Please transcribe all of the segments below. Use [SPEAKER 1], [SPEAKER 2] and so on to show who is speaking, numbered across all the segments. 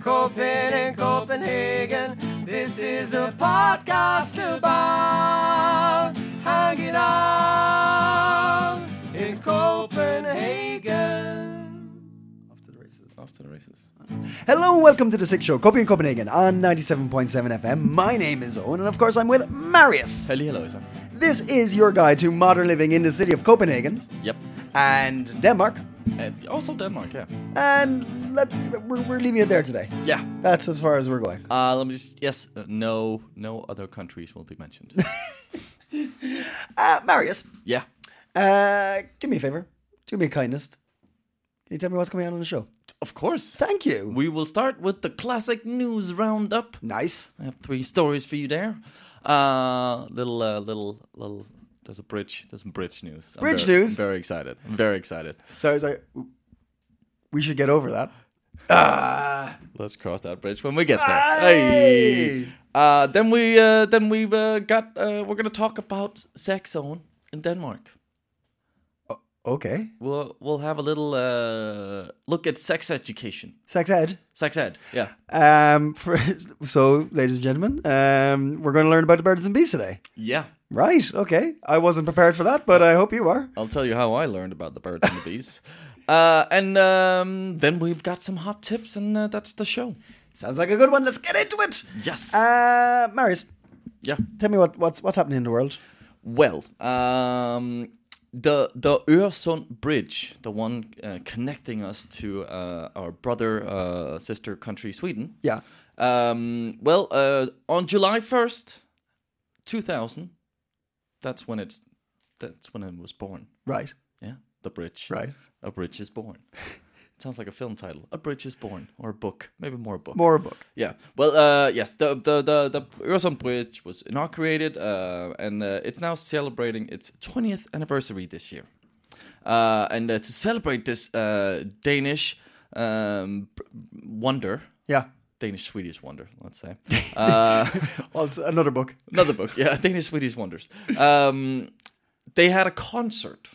[SPEAKER 1] Copen in Copenhagen. This is a podcast about hanging out in Copenhagen.
[SPEAKER 2] After the races.
[SPEAKER 3] Hello and welcome to The Sick Show, Copy in Copenhagen on 97.7 FM. My name is Owen and of course I'm with Marius.
[SPEAKER 2] Hello, hello, Isa.
[SPEAKER 3] This is your guide to modern living in the city of Copenhagen
[SPEAKER 2] Yep.
[SPEAKER 3] and Denmark.
[SPEAKER 2] And also Denmark, yeah.
[SPEAKER 3] And let, we're, we're leaving it there today.
[SPEAKER 2] Yeah.
[SPEAKER 3] That's as far as we're going.
[SPEAKER 2] Uh, let me just. Yes, uh, no, no other countries will be mentioned.
[SPEAKER 3] Uh, Marius,
[SPEAKER 2] yeah.
[SPEAKER 3] uh, do me a favor. Do me a kindness. Can you tell me what's coming on on the show?
[SPEAKER 2] Of course.
[SPEAKER 3] Thank you.
[SPEAKER 2] We will start with the classic news roundup.
[SPEAKER 3] nice.
[SPEAKER 2] I have three stories for you there. Uh, little, uh, little, little. There's a bridge. There's some bridge news. I'm
[SPEAKER 3] Bridge
[SPEAKER 2] very-
[SPEAKER 3] news?
[SPEAKER 2] Very excited. I'm very excited.
[SPEAKER 3] Sorry, sorry. We should get over that.
[SPEAKER 2] Let's cross that bridge when we get there. Hey. Uh, then we, uh, then we've uh, got. Uh, we're gonna talk about sex zone in Denmark.
[SPEAKER 3] Okay.
[SPEAKER 2] We'll we'll have a little uh, look at sex education.
[SPEAKER 3] Sex ed.
[SPEAKER 2] Sex ed, yeah.
[SPEAKER 3] Um, for, so, ladies and gentlemen, um, we're going to learn about the birds and bees today.
[SPEAKER 2] Yeah.
[SPEAKER 3] Right. Okay. I wasn't prepared for that, but I hope you are.
[SPEAKER 2] I'll tell you how I learned about the birds and the bees. Uh, and um, then we've got some hot tips, and uh, that's the show.
[SPEAKER 3] Sounds like a good one. Let's get into it.
[SPEAKER 2] Yes.
[SPEAKER 3] Uh, Marius,
[SPEAKER 2] yeah.
[SPEAKER 3] tell me what, what's what's happening in the world.
[SPEAKER 2] Well, um, the the Öresund Bridge, the one uh, connecting us to uh, our brother uh, sister country Sweden.
[SPEAKER 3] Yeah.
[SPEAKER 2] Um, well, uh, on July first, two thousand. That's when it's. That's when it was born.
[SPEAKER 3] Right.
[SPEAKER 2] Yeah, the bridge.
[SPEAKER 3] Right.
[SPEAKER 2] A bridge is born. Sounds like a film title. A bridge is born, or a book, maybe more a book.
[SPEAKER 3] More a book.
[SPEAKER 2] Yeah. Well, uh, yes, the the the the Öresund Bridge was inaugurated, uh, and uh, it's now celebrating its 20th anniversary this year. Uh, and uh, to celebrate this uh, Danish um, b- wonder,
[SPEAKER 3] Yeah.
[SPEAKER 2] Danish Swedish wonder, let's say. Uh,
[SPEAKER 3] Also another book.
[SPEAKER 2] another book, yeah, Danish Swedish wonders. Um, they had a concert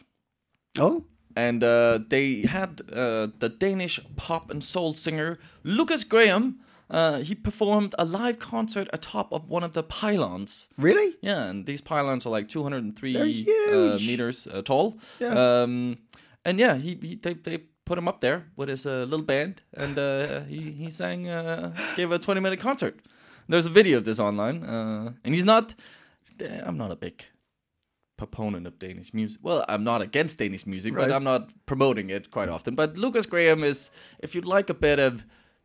[SPEAKER 3] Oh.
[SPEAKER 2] and uh, they had uh, the Danish pop and soul singer Lucas Graham. Uh, he performed a live concert atop of one of the pylons.
[SPEAKER 3] Really?
[SPEAKER 2] Yeah, and these pylons are like 203
[SPEAKER 3] They're
[SPEAKER 2] uh,
[SPEAKER 3] huge.
[SPEAKER 2] meters uh, tall.
[SPEAKER 3] Yeah.
[SPEAKER 2] Um, and yeah, he, he they, they put him up there with his uh, little band, and uh, he he sang, uh, gave a 20 minute concert. There's a video of this online, uh, and he's not. I'm not a big proponent of Danish music. Well, I'm not against Danish music, but
[SPEAKER 3] Right.
[SPEAKER 2] I'm not promoting it quite often. But Lucas Graham is, if you'd like a bit of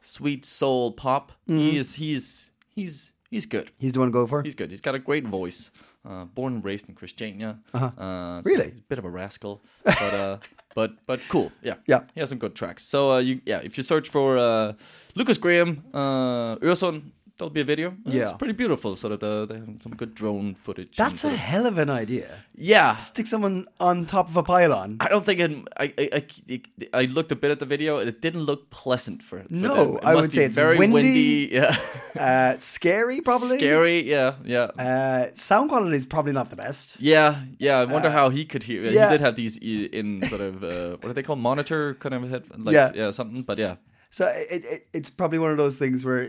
[SPEAKER 2] sweet soul pop,
[SPEAKER 3] Mm-hmm.
[SPEAKER 2] he is he's he's he's good.
[SPEAKER 3] He's the one to go for.
[SPEAKER 2] He's good. He's got a great voice. Uh, born and raised in Christiania. Uh, so
[SPEAKER 3] Uh-huh. Really?
[SPEAKER 2] he's a bit of a rascal, but uh, but but cool. Yeah.
[SPEAKER 3] Yeah.
[SPEAKER 2] He has some good tracks. So uh, you yeah, if you search for uh, Lucas Graham, uh, Öresund, there'll be a video. Uh,
[SPEAKER 3] Yeah.
[SPEAKER 2] It's pretty beautiful. Sort of the, they have some good drone footage. and
[SPEAKER 3] That's a
[SPEAKER 2] sort of-
[SPEAKER 3] hell of an idea.
[SPEAKER 2] yeah.
[SPEAKER 3] Stick someone on top of a pylon.
[SPEAKER 2] I don't think it, I, I I I looked a bit at the video and it didn't look pleasant for, for
[SPEAKER 3] No,
[SPEAKER 2] them. It
[SPEAKER 3] I
[SPEAKER 2] must
[SPEAKER 3] would
[SPEAKER 2] be
[SPEAKER 3] say it's
[SPEAKER 2] very
[SPEAKER 3] windy,
[SPEAKER 2] Yeah.
[SPEAKER 3] Uh, scary, probably.
[SPEAKER 2] Scary. Yeah. Yeah.
[SPEAKER 3] Uh, sound quality is probably not the best.
[SPEAKER 2] Yeah, yeah. I wonder how he could hear.
[SPEAKER 3] yeah.
[SPEAKER 2] He did have these i- in sort of uh, what are they called? Monitor kind of head, like, yeah,
[SPEAKER 3] Yeah.
[SPEAKER 2] something. But yeah,
[SPEAKER 3] So it, it, it's probably one of those things where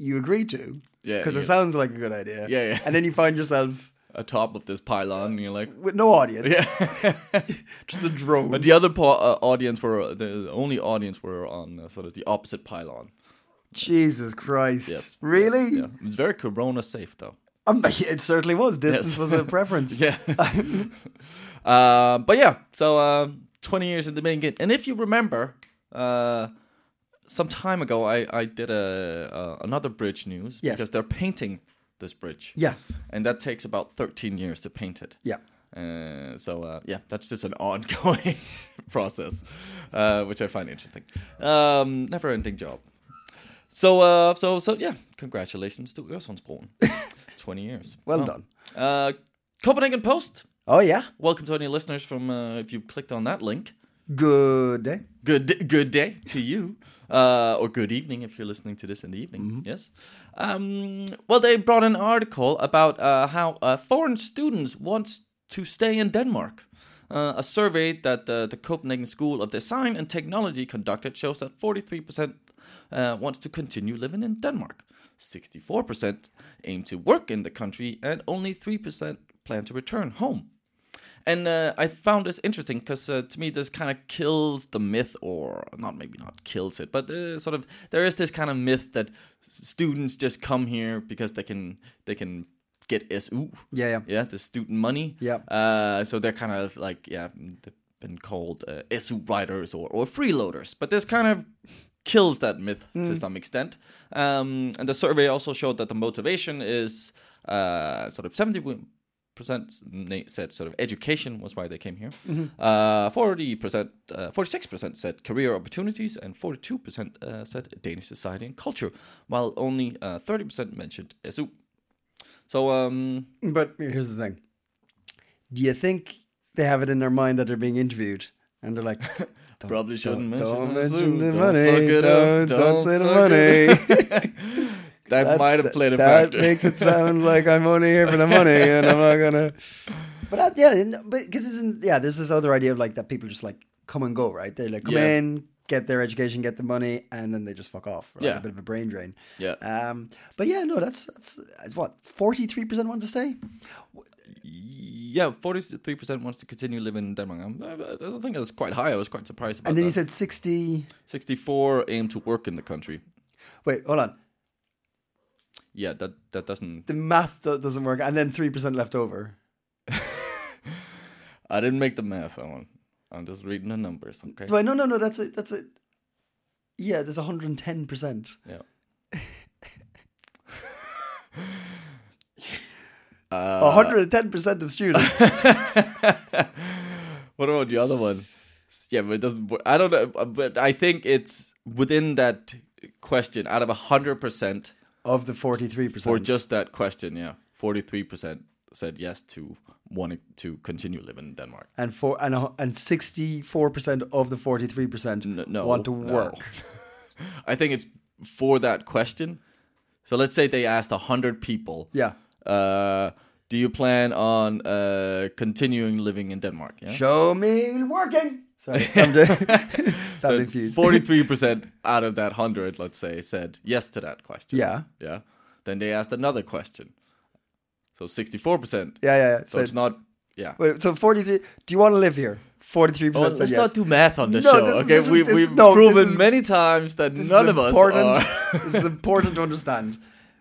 [SPEAKER 3] you agree to.
[SPEAKER 2] Yeah,
[SPEAKER 3] Because it
[SPEAKER 2] yeah.
[SPEAKER 3] sounds like a good idea.
[SPEAKER 2] Yeah, yeah.
[SPEAKER 3] And then you find yourself
[SPEAKER 2] atop of this pylon, and you're like,
[SPEAKER 3] with no audience,
[SPEAKER 2] yeah.
[SPEAKER 3] just a drone.
[SPEAKER 2] but the other po- uh, audience were the only audience were on uh, sort of the opposite pylon.
[SPEAKER 3] Jesus Christ.
[SPEAKER 2] Yes.
[SPEAKER 3] Really?
[SPEAKER 2] Yeah, it was very corona safe though.
[SPEAKER 3] Um, it certainly was. Distance
[SPEAKER 2] Yes.
[SPEAKER 3] was a preference.
[SPEAKER 2] Yeah. uh, but yeah, so uh, 20 years in the making. And if you remember, uh, some time ago, I I did a uh, another bridge news
[SPEAKER 3] Yes.
[SPEAKER 2] because they're painting this bridge.
[SPEAKER 3] Yeah.
[SPEAKER 2] and that takes about 13 years to paint it.
[SPEAKER 3] Yeah.
[SPEAKER 2] Uh, so uh, yeah, that's just an ongoing process, uh, which I find interesting. Um, never-ending job. So uh, so so yeah, congratulations to Øresundsbroen. 20 years.
[SPEAKER 3] Well
[SPEAKER 2] Wow.
[SPEAKER 3] done.
[SPEAKER 2] Uh, Copenhagen Post.
[SPEAKER 3] Oh yeah.
[SPEAKER 2] Welcome to any listeners from uh, if you clicked on that link.
[SPEAKER 3] Good day.
[SPEAKER 2] Good good day to you, uh, or good evening if you're listening to this in the evening. Yes. Um, well, they brought an article about uh, how uh, foreign students want to stay in Denmark. Uh, a survey that the, the Copenhagen School of Design and Technology conducted shows that 43% uh, wants to continue living in Denmark. 64% aim to work in the country, and only 3% plan to return home. And uh, I found this interesting because uh, to me this kind of kills the myth, or not maybe not kills it, but uh, sort of there is this kind of myth that s- students just come here because they can they can get SU,
[SPEAKER 3] Yeah, yeah.
[SPEAKER 2] yeah, the student money,
[SPEAKER 3] Yeah.
[SPEAKER 2] Uh, so they're kind of like yeah, they've been called uh, SU riders or or freeloaders, but this kind of kills that myth to some extent. Um, and the survey also showed that the motivation is uh, sort of seventy percent mm, said sort of education was why they came here. 40 percent, uh, forty-six percent said career opportunities, and forty-two percent uh, said Danish society and culture, while only uh, thirty percent mentioned SU. So um,
[SPEAKER 3] But here's the thing. Do you think they have it in their mind that they're being interviewed and they're like, don't,
[SPEAKER 2] Probably shouldn't
[SPEAKER 3] don't, don't mention
[SPEAKER 2] mention
[SPEAKER 3] the
[SPEAKER 2] it. Don't
[SPEAKER 3] money.
[SPEAKER 2] fuck it
[SPEAKER 3] don't,
[SPEAKER 2] up.
[SPEAKER 3] don't
[SPEAKER 2] Don't
[SPEAKER 3] say the
[SPEAKER 2] fuck it
[SPEAKER 3] money.
[SPEAKER 2] that
[SPEAKER 3] That's
[SPEAKER 2] might
[SPEAKER 3] the-
[SPEAKER 2] have played a
[SPEAKER 3] that
[SPEAKER 2] factor.
[SPEAKER 3] makes it sound like I'm only here for the money and I'm not gonna. But that, yeah, and- but because isn't yeah, there's this other idea of like that people just like come and go, right? They like come
[SPEAKER 2] Yeah.
[SPEAKER 3] in, get their education, get the money, and then they just fuck off. Right?
[SPEAKER 2] Yeah.
[SPEAKER 3] a bit of a brain drain.
[SPEAKER 2] Yeah.
[SPEAKER 3] Um. But yeah, no, that's that's, that's what 43 percent want to stay.
[SPEAKER 2] yeah, forty-three percent wants to continue living in Denmark. I'm, I I don't think that's quite high. I was quite surprised. About
[SPEAKER 3] And then you
[SPEAKER 2] that.
[SPEAKER 3] said 60.
[SPEAKER 2] sixty-four aim to work in the country.
[SPEAKER 3] Wait, hold on.
[SPEAKER 2] Yeah, that that doesn't.
[SPEAKER 3] The math do- doesn't work, and then three percent left over.
[SPEAKER 2] I didn't make the math, Alan. I'm just reading the numbers, okay?
[SPEAKER 3] Wait, no, no, no. That's it. That's it. Yeah, there's 110 percent.
[SPEAKER 2] yeah. Uh,
[SPEAKER 3] A 110% of students.
[SPEAKER 2] What about the other one? Yeah, but it doesn't. wor- I don't know, but I think it's within that question. Out of hundred percent
[SPEAKER 3] of the 43%.
[SPEAKER 2] for just that question, yeah, forty-three percent said yes to wanting to continue living in Denmark.
[SPEAKER 3] and for and a, and 64% of the 43%
[SPEAKER 2] N- no,
[SPEAKER 3] want to
[SPEAKER 2] no.
[SPEAKER 3] work.
[SPEAKER 2] I think it's for that question. So let's say they asked hundred people.
[SPEAKER 3] Yeah.
[SPEAKER 2] Uh, do you plan on uh, continuing living in Denmark? Yeah.
[SPEAKER 3] Show me working. Sorry. I'm doing Family Feud.
[SPEAKER 2] Forty-three percent out of that hundred, let's say, said yes to that question.
[SPEAKER 3] Yeah.
[SPEAKER 2] Yeah. Then they asked another question. So sixty-four percent.
[SPEAKER 3] Yeah, yeah, yeah.
[SPEAKER 2] So it's not. Yeah.
[SPEAKER 3] Wait, so 43 Do you want to live here? 43%
[SPEAKER 2] Well,
[SPEAKER 3] said
[SPEAKER 2] let's
[SPEAKER 3] yes.
[SPEAKER 2] Oh, not do math on this
[SPEAKER 3] No,
[SPEAKER 2] show.
[SPEAKER 3] this is-
[SPEAKER 2] okay,
[SPEAKER 3] this is-
[SPEAKER 2] we,
[SPEAKER 3] this-
[SPEAKER 2] we've
[SPEAKER 3] no, this
[SPEAKER 2] proven
[SPEAKER 3] is-
[SPEAKER 2] many times that
[SPEAKER 3] This
[SPEAKER 2] none
[SPEAKER 3] is
[SPEAKER 2] of us
[SPEAKER 3] important.
[SPEAKER 2] are.
[SPEAKER 3] this is important to understand.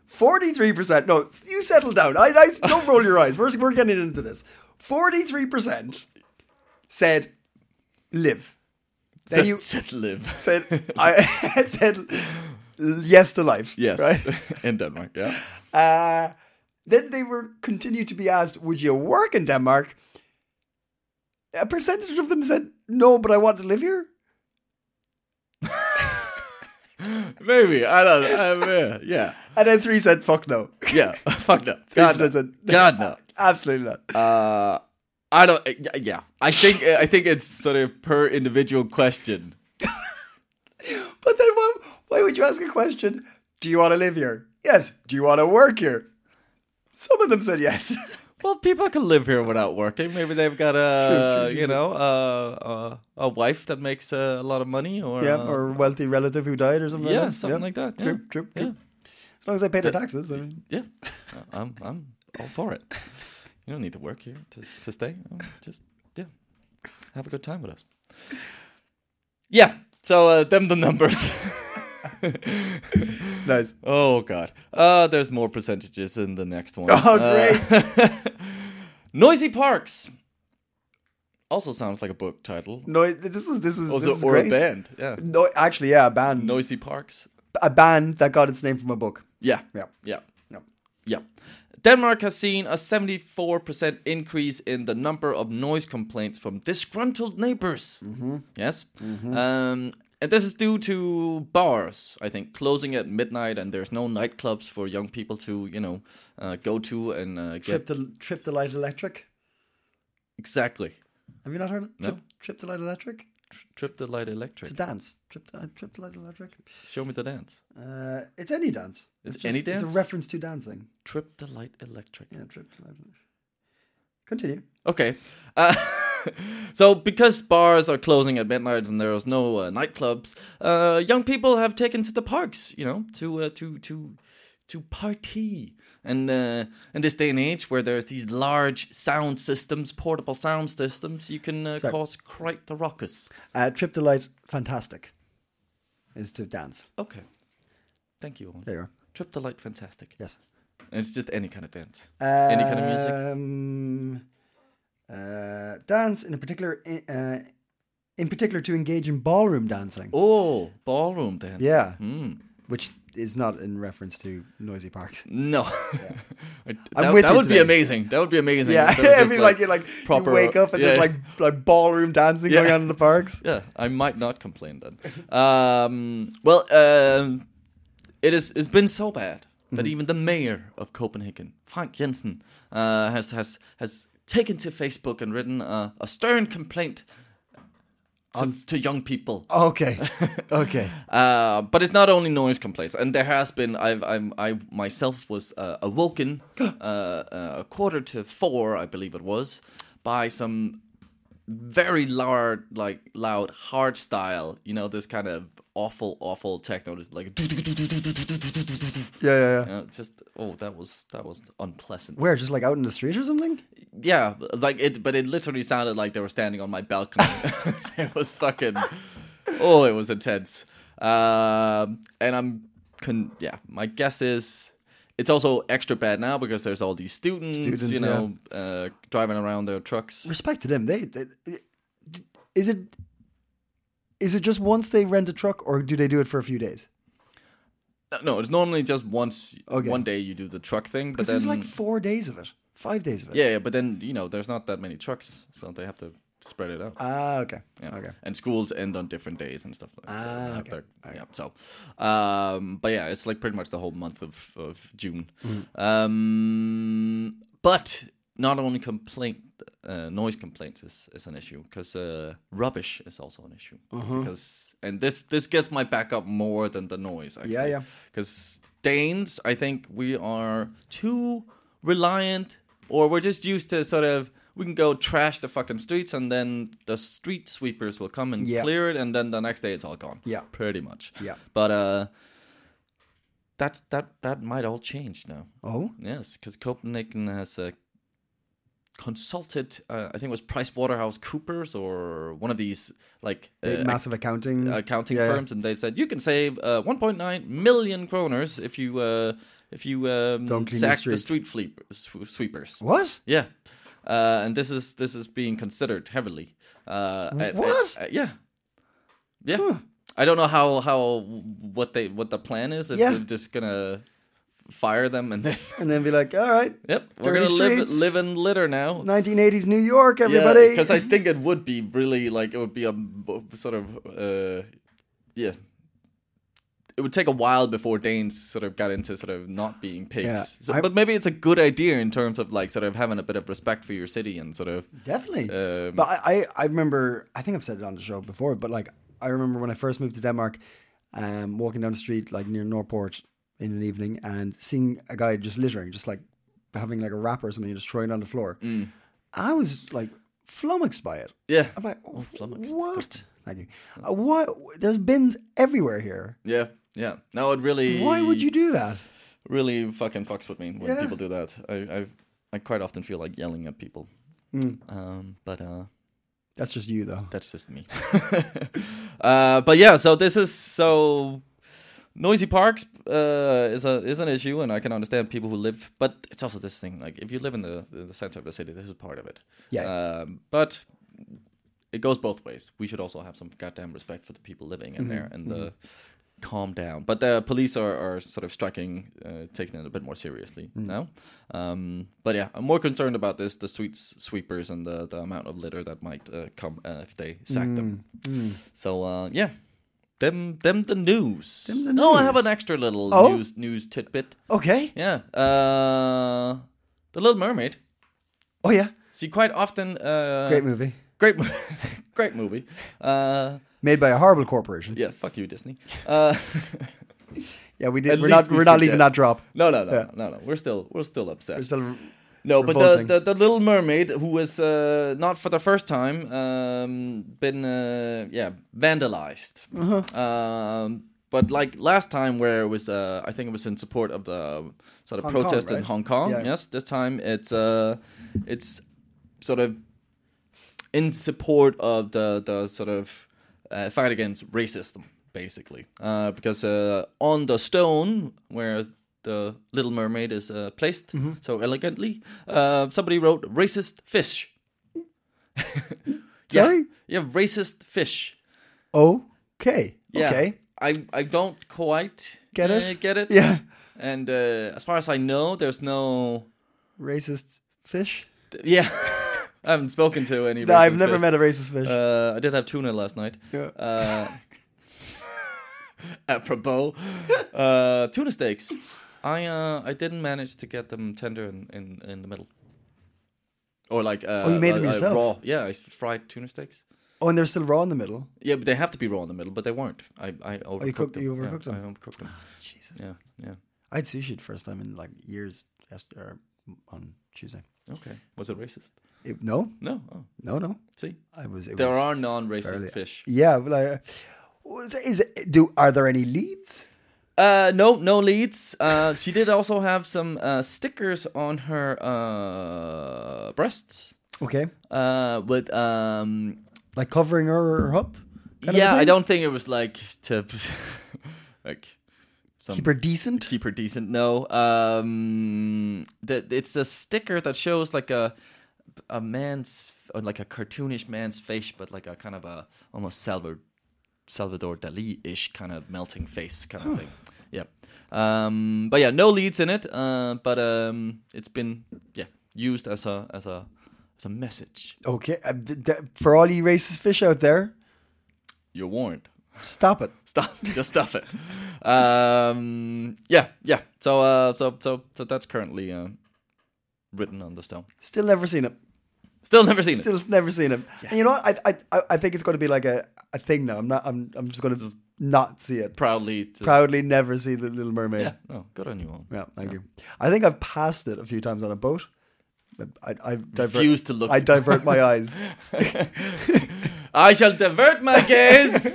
[SPEAKER 3] Forty-three percent. No, you settle down. I, I don't roll your eyes. We're, we're getting into this. Forty-three percent said live. Then you
[SPEAKER 2] should live.
[SPEAKER 3] said I said yes to life.
[SPEAKER 2] Yes,
[SPEAKER 3] Right.
[SPEAKER 2] in Denmark. Yeah.
[SPEAKER 3] Uh, then they were continued to be asked, "Would you work in Denmark?" A percentage of them said no, but I want to live here.
[SPEAKER 2] Maybe I don't. I mean, yeah,
[SPEAKER 3] And then three said, "Fuck no."
[SPEAKER 2] yeah. Fuck no. God no.
[SPEAKER 3] 3% said-
[SPEAKER 2] God no.
[SPEAKER 3] Absolutely not.
[SPEAKER 2] Uh, I don't. y- Yeah, I think eh, I think it's sort of per individual question.
[SPEAKER 3] But then why, why would you ask a question? Do you want to live here? Yes. Do you want to work here? Some of them said yes.
[SPEAKER 2] Well, people can live here without working. Maybe they've got
[SPEAKER 3] True,
[SPEAKER 2] a
[SPEAKER 3] true, true.
[SPEAKER 2] you know uh, uh, a wife that makes uh, a lot of money or
[SPEAKER 3] yeah,
[SPEAKER 2] uh,
[SPEAKER 3] or a wealthy relative who died or something
[SPEAKER 2] yeah,
[SPEAKER 3] like that.
[SPEAKER 2] something like that. Yeah.
[SPEAKER 3] True, true,
[SPEAKER 2] Yeah,
[SPEAKER 3] true. As long as they pay their taxes. I mean,
[SPEAKER 2] yeah. Uh, I'm I'm all for it. You don't need to work here to to stay. Um, Just yeah, have a good time with us. Yeah. So uh, them the numbers.
[SPEAKER 3] nice.
[SPEAKER 2] Oh god. Uh there's more percentages in the next one.
[SPEAKER 3] Oh,
[SPEAKER 2] Uh,
[SPEAKER 3] great.
[SPEAKER 2] noisy parks. Also sounds like a book title.
[SPEAKER 3] No, it- this is this is
[SPEAKER 2] Also,
[SPEAKER 3] this is
[SPEAKER 2] or
[SPEAKER 3] great.
[SPEAKER 2] a band. Yeah.
[SPEAKER 3] No, actually, yeah, a band.
[SPEAKER 2] Noisy Parks.
[SPEAKER 3] a band that got its name from a book.
[SPEAKER 2] Yeah.
[SPEAKER 3] Yeah.
[SPEAKER 2] Yeah.
[SPEAKER 3] No.
[SPEAKER 2] Yeah. Denmark has seen a 74% increase in the number of noise complaints from disgruntled neighbors. Mm-hmm. Yes. Um, and this is due to bars, I think, closing at midnight, and there's no nightclubs for young people to, you know, uh, go to and uh, get.
[SPEAKER 3] Trip to Trip to Light Electric.
[SPEAKER 2] Exactly.
[SPEAKER 3] Have you not heard of Trip, trip to Light Electric?
[SPEAKER 2] Trip the light
[SPEAKER 3] It's
[SPEAKER 2] electric.
[SPEAKER 3] a dance. Trip to, uh, trip to Light Electric.
[SPEAKER 2] Show me the dance.
[SPEAKER 3] Uh, it's any dance.
[SPEAKER 2] It's any
[SPEAKER 3] It's
[SPEAKER 2] dance?
[SPEAKER 3] a reference to dancing.
[SPEAKER 2] Trip the light electric.
[SPEAKER 3] Yeah, Trip to Light Electric. Continue.
[SPEAKER 2] Okay. Uh, so, because bars are closing at midnight and there's no uh, nightclubs, uh, young people have taken to the parks, you know, to uh, to to to party. And uh, in this day and age, where there's these large sound systems, portable sound systems, you can uh,
[SPEAKER 3] Sorry.
[SPEAKER 2] cause quite the ruckus.
[SPEAKER 3] Uh, trip to Light Fantastic is to dance.
[SPEAKER 2] Okay. Thank you. Owen.
[SPEAKER 3] There you are.
[SPEAKER 2] Trip the light, fantastic.
[SPEAKER 3] Yes.
[SPEAKER 2] And it's just any kind of dance,
[SPEAKER 3] Uh,
[SPEAKER 2] any kind of music.
[SPEAKER 3] Um, uh, dance in a particular, uh, in particular, to engage in ballroom dancing,
[SPEAKER 2] Oh, ballroom dance.
[SPEAKER 3] Yeah.
[SPEAKER 2] Hmm.
[SPEAKER 3] which is not in reference to noisy parks.
[SPEAKER 2] No. I-
[SPEAKER 3] I'm
[SPEAKER 2] that
[SPEAKER 3] with
[SPEAKER 2] that
[SPEAKER 3] you
[SPEAKER 2] would be
[SPEAKER 3] today.
[SPEAKER 2] amazing. That would be amazing.
[SPEAKER 3] Yeah,
[SPEAKER 2] if there was
[SPEAKER 3] I
[SPEAKER 2] just,
[SPEAKER 3] mean, like, you like you wake up and there's
[SPEAKER 2] yeah.
[SPEAKER 3] like like ballroom dancing
[SPEAKER 2] Yeah.
[SPEAKER 3] going on in the parks.
[SPEAKER 2] yeah. I might not complain then. Um, well, um, it is. It's been so bad that
[SPEAKER 3] Mm-hmm.
[SPEAKER 2] even the mayor of Copenhagen, Frank Jensen, uh, has has has taken to Facebook and written uh, a, a stern complaint to, to young people
[SPEAKER 3] Okay, okay.
[SPEAKER 2] uh, but it's not only noise complaints, and there has been. I've, I'm, I myself was uh, awoken uh, uh, a quarter to four, I believe it was, by some very loud, like loud hard style. You know, this kind of awful, awful techno, just like
[SPEAKER 3] Yeah, yeah, yeah.
[SPEAKER 2] you know, just oh, that was that was unpleasant.
[SPEAKER 3] Where just like out in the street or something?
[SPEAKER 2] Yeah, like it, but it literally sounded like they were standing on my balcony. it was fucking. Oh, it was intense. Um, and I'm, con- yeah. My guess is it's also extra bad now because there's all these students,
[SPEAKER 3] Students,
[SPEAKER 2] you know, uh, driving around their trucks.
[SPEAKER 3] Respect to them. They, they is it is it just once they rent a truck or do they do it for a few days?
[SPEAKER 2] No, it's normally just once,
[SPEAKER 3] Okay.
[SPEAKER 2] one day you do the truck thing, but
[SPEAKER 3] Because
[SPEAKER 2] then
[SPEAKER 3] there's like four days of it, five days of it.
[SPEAKER 2] yeah, yeah, but then you know there's not that many trucks, so they have to spread it out.
[SPEAKER 3] Ah, okay.
[SPEAKER 2] Yeah.
[SPEAKER 3] Okay.
[SPEAKER 2] And schools end on different days and stuff like that.
[SPEAKER 3] Ah,
[SPEAKER 2] They have
[SPEAKER 3] okay.
[SPEAKER 2] their- Yeah. So, um, but yeah, it's like pretty much the whole month of, of June.
[SPEAKER 3] Mm.
[SPEAKER 2] Um, but not only complaint, uh, noise complaints is, is an issue because uh, rubbish is also an issue.
[SPEAKER 3] Mm-hmm.
[SPEAKER 2] Because and this this gets my back up more than the noise. Actually.
[SPEAKER 3] yeah.
[SPEAKER 2] Because Danes, I think we are too reliant, or we're just used to sort of we can go trash the fucking streets, and then the street sweepers will come and
[SPEAKER 3] Yeah.
[SPEAKER 2] clear it, and then the next day it's all gone.
[SPEAKER 3] Yeah.
[SPEAKER 2] pretty much.
[SPEAKER 3] Yeah.
[SPEAKER 2] but uh, that's that that might all change now.
[SPEAKER 3] Oh,
[SPEAKER 2] Yes, because Copenhagen has uh, consulted, uh, I think it was Price Waterhouse Coopers or one of these like
[SPEAKER 3] big
[SPEAKER 2] uh,
[SPEAKER 3] massive accounting
[SPEAKER 2] accounting
[SPEAKER 3] yeah.
[SPEAKER 2] firms, and they said you can save uh, 1.9 million kroners if you uh, if you um,
[SPEAKER 3] Don't clean the
[SPEAKER 2] sack the,
[SPEAKER 3] streets.
[SPEAKER 2] street fleep- sw- sweepers.
[SPEAKER 3] What?
[SPEAKER 2] Yeah, uh, and this is this is being considered heavily. Uh, and-
[SPEAKER 3] What?
[SPEAKER 2] and- uh, yeah, yeah. I don't know how how what they what the plan is. If
[SPEAKER 3] Yeah.
[SPEAKER 2] they're just gonna fire them and then
[SPEAKER 3] And then be like, all right,
[SPEAKER 2] Yep, we're
[SPEAKER 3] Dirty
[SPEAKER 2] gonna live,
[SPEAKER 3] streets.
[SPEAKER 2] live in litter now.
[SPEAKER 3] 1980s New York, everybody.
[SPEAKER 2] Yeah, because I think it would be really like it would be a m- sort of uh, yeah. It would take a while before Danes sort of got into sort of not being pigs.
[SPEAKER 3] Yeah,
[SPEAKER 2] So,
[SPEAKER 3] I-
[SPEAKER 2] but maybe it's a good idea in terms of like sort of having a bit of respect for your city and sort of
[SPEAKER 3] Definitely.
[SPEAKER 2] Um,
[SPEAKER 3] but I, I, I remember, I think I've said it on the show before, but like, I remember when I first moved to Denmark, um, walking down the street, like near Norport in an evening and seeing a guy just littering, just like having like a wrapper or something, just throwing it on the floor. I was like flummoxed by it.
[SPEAKER 2] Mm. yeah,
[SPEAKER 3] I'm like, oh,
[SPEAKER 2] flummoxed.
[SPEAKER 3] what? Thank you. Uh, what? There's bins everywhere here.
[SPEAKER 2] yeah, yeah. No, it really.
[SPEAKER 3] Why would you do that?
[SPEAKER 2] really fucking fucks with me when
[SPEAKER 3] Yeah.
[SPEAKER 2] people do that. I, I I quite often feel like yelling at people.
[SPEAKER 3] Hmm.
[SPEAKER 2] Um, but uh,
[SPEAKER 3] That's just you though.
[SPEAKER 2] that's just me. uh, but yeah, so this is so noisy parks uh, is a is an issue, and I can understand people who live. But it's also this thing like if you live in the the center of the city, this is part of it.
[SPEAKER 3] Yeah.
[SPEAKER 2] Um, but it goes both ways. We should also have some goddamn respect for the people living in there and the calm down. But the police are, are sort of striking, uh, taking it a bit more seriously now. Um, but yeah, I'm more concerned about this the streets sweepers and the, the amount of litter that might uh, come uh, if they sack them. So uh, yeah. Them, them, the news. Them
[SPEAKER 3] the
[SPEAKER 2] No, I have an extra little
[SPEAKER 3] Oh?
[SPEAKER 2] news news tidbit.
[SPEAKER 3] Okay.
[SPEAKER 2] Yeah. Uh, the Little Mermaid.
[SPEAKER 3] Oh yeah.
[SPEAKER 2] She quite often. Uh,
[SPEAKER 3] Great movie.
[SPEAKER 2] Great, mo- great movie. Uh,
[SPEAKER 3] Made by a horrible corporation.
[SPEAKER 2] yeah, fuck you, Disney. Uh,
[SPEAKER 3] Yeah, we
[SPEAKER 2] At
[SPEAKER 3] did. We're
[SPEAKER 2] least
[SPEAKER 3] not.
[SPEAKER 2] we
[SPEAKER 3] We're not
[SPEAKER 2] did
[SPEAKER 3] leaving that
[SPEAKER 2] that.
[SPEAKER 3] drop.
[SPEAKER 2] no, no, no,
[SPEAKER 3] Yeah.
[SPEAKER 2] no, no. We're still, we're still upset.
[SPEAKER 3] We're still.
[SPEAKER 2] no, but the,
[SPEAKER 3] revolting.
[SPEAKER 2] the the Little Mermaid, who was uh, not for the first time, um, been uh, yeah vandalized. Um, but like last time, where it was, uh, I think it was in support of the sort
[SPEAKER 3] Hong
[SPEAKER 2] of
[SPEAKER 3] Kong,
[SPEAKER 2] protest in
[SPEAKER 3] right?
[SPEAKER 2] Hong Kong.
[SPEAKER 3] Yeah.
[SPEAKER 2] Yes, this time it's uh, it's sort of in support of the the sort of uh, fight against racism, basically, uh, because uh, on the stone where the Little Mermaid is uh, placed
[SPEAKER 3] Mm-hmm.
[SPEAKER 2] so elegantly, uh, somebody wrote "racist fish." Yeah.
[SPEAKER 3] Sorry?
[SPEAKER 2] yeah, racist fish.
[SPEAKER 3] Okay.
[SPEAKER 2] Yeah.
[SPEAKER 3] Okay.
[SPEAKER 2] I I don't quite
[SPEAKER 3] Get
[SPEAKER 2] uh,
[SPEAKER 3] it?
[SPEAKER 2] Get it?
[SPEAKER 3] Yeah.
[SPEAKER 2] And uh, as far as I know, there's no.
[SPEAKER 3] Racist fish.
[SPEAKER 2] Yeah, I haven't spoken to any.
[SPEAKER 3] No, I've
[SPEAKER 2] racist
[SPEAKER 3] never
[SPEAKER 2] fish.
[SPEAKER 3] met a racist fish.
[SPEAKER 2] Uh, I did have tuna last night. Uh, apropos, uh, tuna steaks. I uh, I didn't manage to get them tender in, in, in the middle, or like uh,
[SPEAKER 3] Oh, you made them
[SPEAKER 2] uh, uh,
[SPEAKER 3] yourself?
[SPEAKER 2] raw. Yeah, I fried tuna steaks.
[SPEAKER 3] oh, and they're still raw in the middle.
[SPEAKER 2] Yeah, but they have to be raw in the middle, but they weren't. I I overcooked
[SPEAKER 3] cooked-
[SPEAKER 2] them.
[SPEAKER 3] Oh, you
[SPEAKER 2] Yeah,
[SPEAKER 3] overcooked them. Ah,
[SPEAKER 2] I overcooked them.
[SPEAKER 3] Jesus.
[SPEAKER 2] Yeah, yeah.
[SPEAKER 3] I had sushi the first time in like years. Yesterday, or on Tuesday.
[SPEAKER 2] Okay. Was it racist?
[SPEAKER 3] It- no.
[SPEAKER 2] No. Oh,
[SPEAKER 3] No. No.
[SPEAKER 2] see,
[SPEAKER 3] I was. It
[SPEAKER 2] there
[SPEAKER 3] was
[SPEAKER 2] are non-racist
[SPEAKER 3] fairly-
[SPEAKER 2] fish.
[SPEAKER 3] Yeah. Well, I, was- is it, do are there any leads?
[SPEAKER 2] Uh, no, no leads. Uh, she did also have some uh, stickers on her uh, breasts.
[SPEAKER 3] Okay.
[SPEAKER 2] Uh, but um,
[SPEAKER 3] Like covering her, her up. kind of a
[SPEAKER 2] yeah, I
[SPEAKER 3] thing?
[SPEAKER 2] don't think it was like to like some
[SPEAKER 3] keep her decent.
[SPEAKER 2] keep her decent. No, um, that it's a sticker that shows like a a man's or like a cartoonish man's face, but like a kind of a almost Salvador Salvador Dali ish kind of melting face kind of thing. Yeah, um, but yeah, no leads in it. Uh, but um, it's been yeah used as a as a as a message.
[SPEAKER 3] Okay. uh, th- th- for all you racist fish out there,
[SPEAKER 2] You're warned.
[SPEAKER 3] stop it.
[SPEAKER 2] stop just stop it um yeah yeah so uh so so so that's currently uh written on the stone
[SPEAKER 3] Still never seen it.
[SPEAKER 2] still never seen
[SPEAKER 3] Still
[SPEAKER 2] it
[SPEAKER 3] never seen him. And you know what? I, I I think it's going to be like a, a thing now. I'm not. I'm I'm just going to not see it.
[SPEAKER 2] proudly to,
[SPEAKER 3] Proudly never see the Little Mermaid.
[SPEAKER 2] yeah no good on you all
[SPEAKER 3] Yeah, thank you. I think I've passed it a few times on a boat. I, I divert,
[SPEAKER 2] Refuse to look.
[SPEAKER 3] I divert my eyes.
[SPEAKER 2] i shall divert my gaze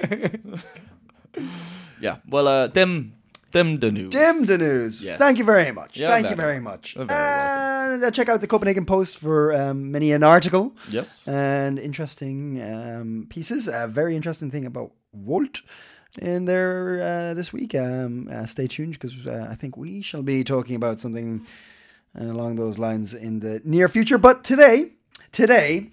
[SPEAKER 2] yeah well uh them them the news
[SPEAKER 3] Dim the news.
[SPEAKER 2] Yes.
[SPEAKER 3] Thank you very much.
[SPEAKER 2] You're
[SPEAKER 3] thank you
[SPEAKER 2] very
[SPEAKER 3] very much.
[SPEAKER 2] You're very welcome.
[SPEAKER 3] and uh, check out the Copenhagen Post for um, many an article.
[SPEAKER 2] Yes.
[SPEAKER 3] And interesting um, pieces. A very interesting thing about Walt in there uh, this week. Um, uh, stay tuned because uh, I think we shall be talking about something along those lines in the near future. But today, today,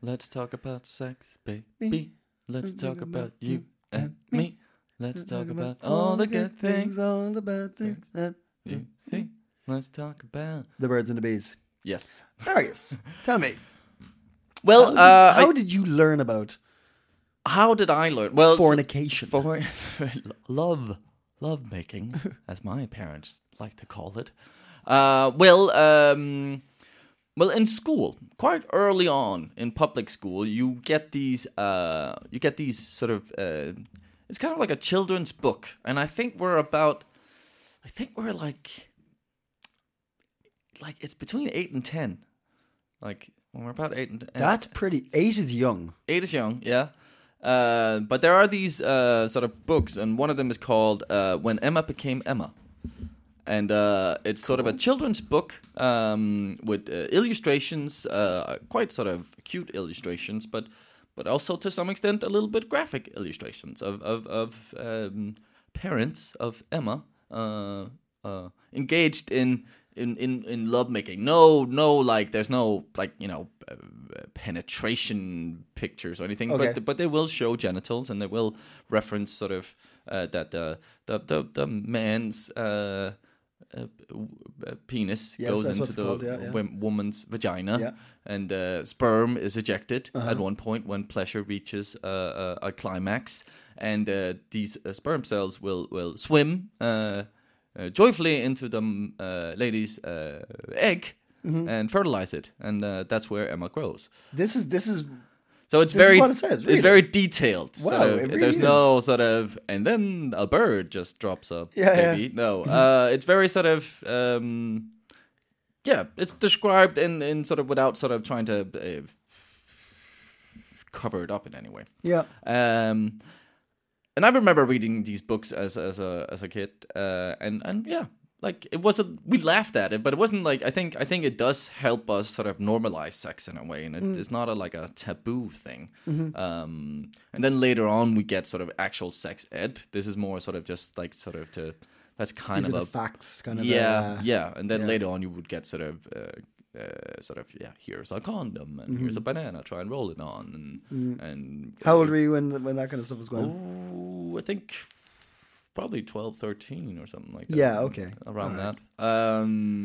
[SPEAKER 2] let's talk about sex baby let's talk about you and me let's talk about all the good things
[SPEAKER 3] all the bad things. that-
[SPEAKER 2] you see let's talk about
[SPEAKER 3] the birds and the bees.
[SPEAKER 2] yes
[SPEAKER 3] Darius, tell me.
[SPEAKER 2] well uh I-
[SPEAKER 3] how did you learn about
[SPEAKER 2] how did I learn? Well,
[SPEAKER 3] fornication?
[SPEAKER 2] for love, love making, as my parents like to call it. Uh, well, um, well, in school, quite early on in public school, you get these, uh, you get these sort of. Uh, it's kind of like a children's book, and I think we're about. I think we're like, like it's between eight and ten, like when we're about eight and. and
[SPEAKER 3] That's pretty. Eight is young.
[SPEAKER 2] Eight is young, yeah. Uh, but there are these uh, sort of books, and one of them is called uh, "When Emma Became Emma," and uh, it's sort of a children's book um, with uh, illustrations, uh, quite sort of cute illustrations, but but also to some extent a little bit graphic illustrations of of, of um, parents of Emma uh, uh, engaged in in in in love making. No, no, like there's no like you know uh, penetration pictures or anything.
[SPEAKER 3] Okay.
[SPEAKER 2] But but they will show genitals and they will reference sort of uh, that the the the, the man's. Uh, uh, w- uh, penis
[SPEAKER 3] Yes,
[SPEAKER 2] goes
[SPEAKER 3] that's
[SPEAKER 2] into
[SPEAKER 3] what it's
[SPEAKER 2] the
[SPEAKER 3] called, yeah, yeah.
[SPEAKER 2] wom- woman's vagina,
[SPEAKER 3] Yeah. Uh-huh.
[SPEAKER 2] and uh, sperm is ejected at one point when pleasure reaches a, a, a climax, and uh, these uh, sperm cells will will swim uh, uh, joyfully into the mm, uh, lady's uh, egg
[SPEAKER 3] Mm-hmm.
[SPEAKER 2] and fertilize it, and uh, that's where Emma grows.
[SPEAKER 3] This is this is
[SPEAKER 2] So it's
[SPEAKER 3] This is
[SPEAKER 2] very
[SPEAKER 3] what it says, really.
[SPEAKER 2] it's very detailed.
[SPEAKER 3] Wow,
[SPEAKER 2] sort of.
[SPEAKER 3] it really
[SPEAKER 2] there's
[SPEAKER 3] is.
[SPEAKER 2] no sort of and then a bird just drops a
[SPEAKER 3] Yeah, yeah.
[SPEAKER 2] baby. No, uh, it's very sort of um, yeah, it's described in in sort of without sort of trying to uh, cover it up in any way.
[SPEAKER 3] yeah.
[SPEAKER 2] Um, and I remember reading these books as as a as a kid, uh, and and yeah, like it wasn't we laughed at it, but it wasn't like I think I think it does help us sort of normalize sex in a way, and it,
[SPEAKER 3] Mm.
[SPEAKER 2] it's not a like a taboo thing.
[SPEAKER 3] Mm-hmm.
[SPEAKER 2] Um, and then later on, we get sort of actual sex ed. This is more sort of just like sort of to that's kind
[SPEAKER 3] These are
[SPEAKER 2] of
[SPEAKER 3] the
[SPEAKER 2] a
[SPEAKER 3] facts, kind of.
[SPEAKER 2] yeah,
[SPEAKER 3] uh,
[SPEAKER 2] yeah. And then
[SPEAKER 3] yeah.
[SPEAKER 2] later on, you would get sort of, uh, uh, sort of, yeah. Here's a condom, and here's a
[SPEAKER 3] Mm-hmm.
[SPEAKER 2] banana. Try and roll it on,
[SPEAKER 3] Mm.
[SPEAKER 2] and and
[SPEAKER 3] How old were you when when that kind of stuff was going? on?
[SPEAKER 2] Ooh, I think probably 12, 13 or something like that.
[SPEAKER 3] Yeah, okay.
[SPEAKER 2] Around that. Um,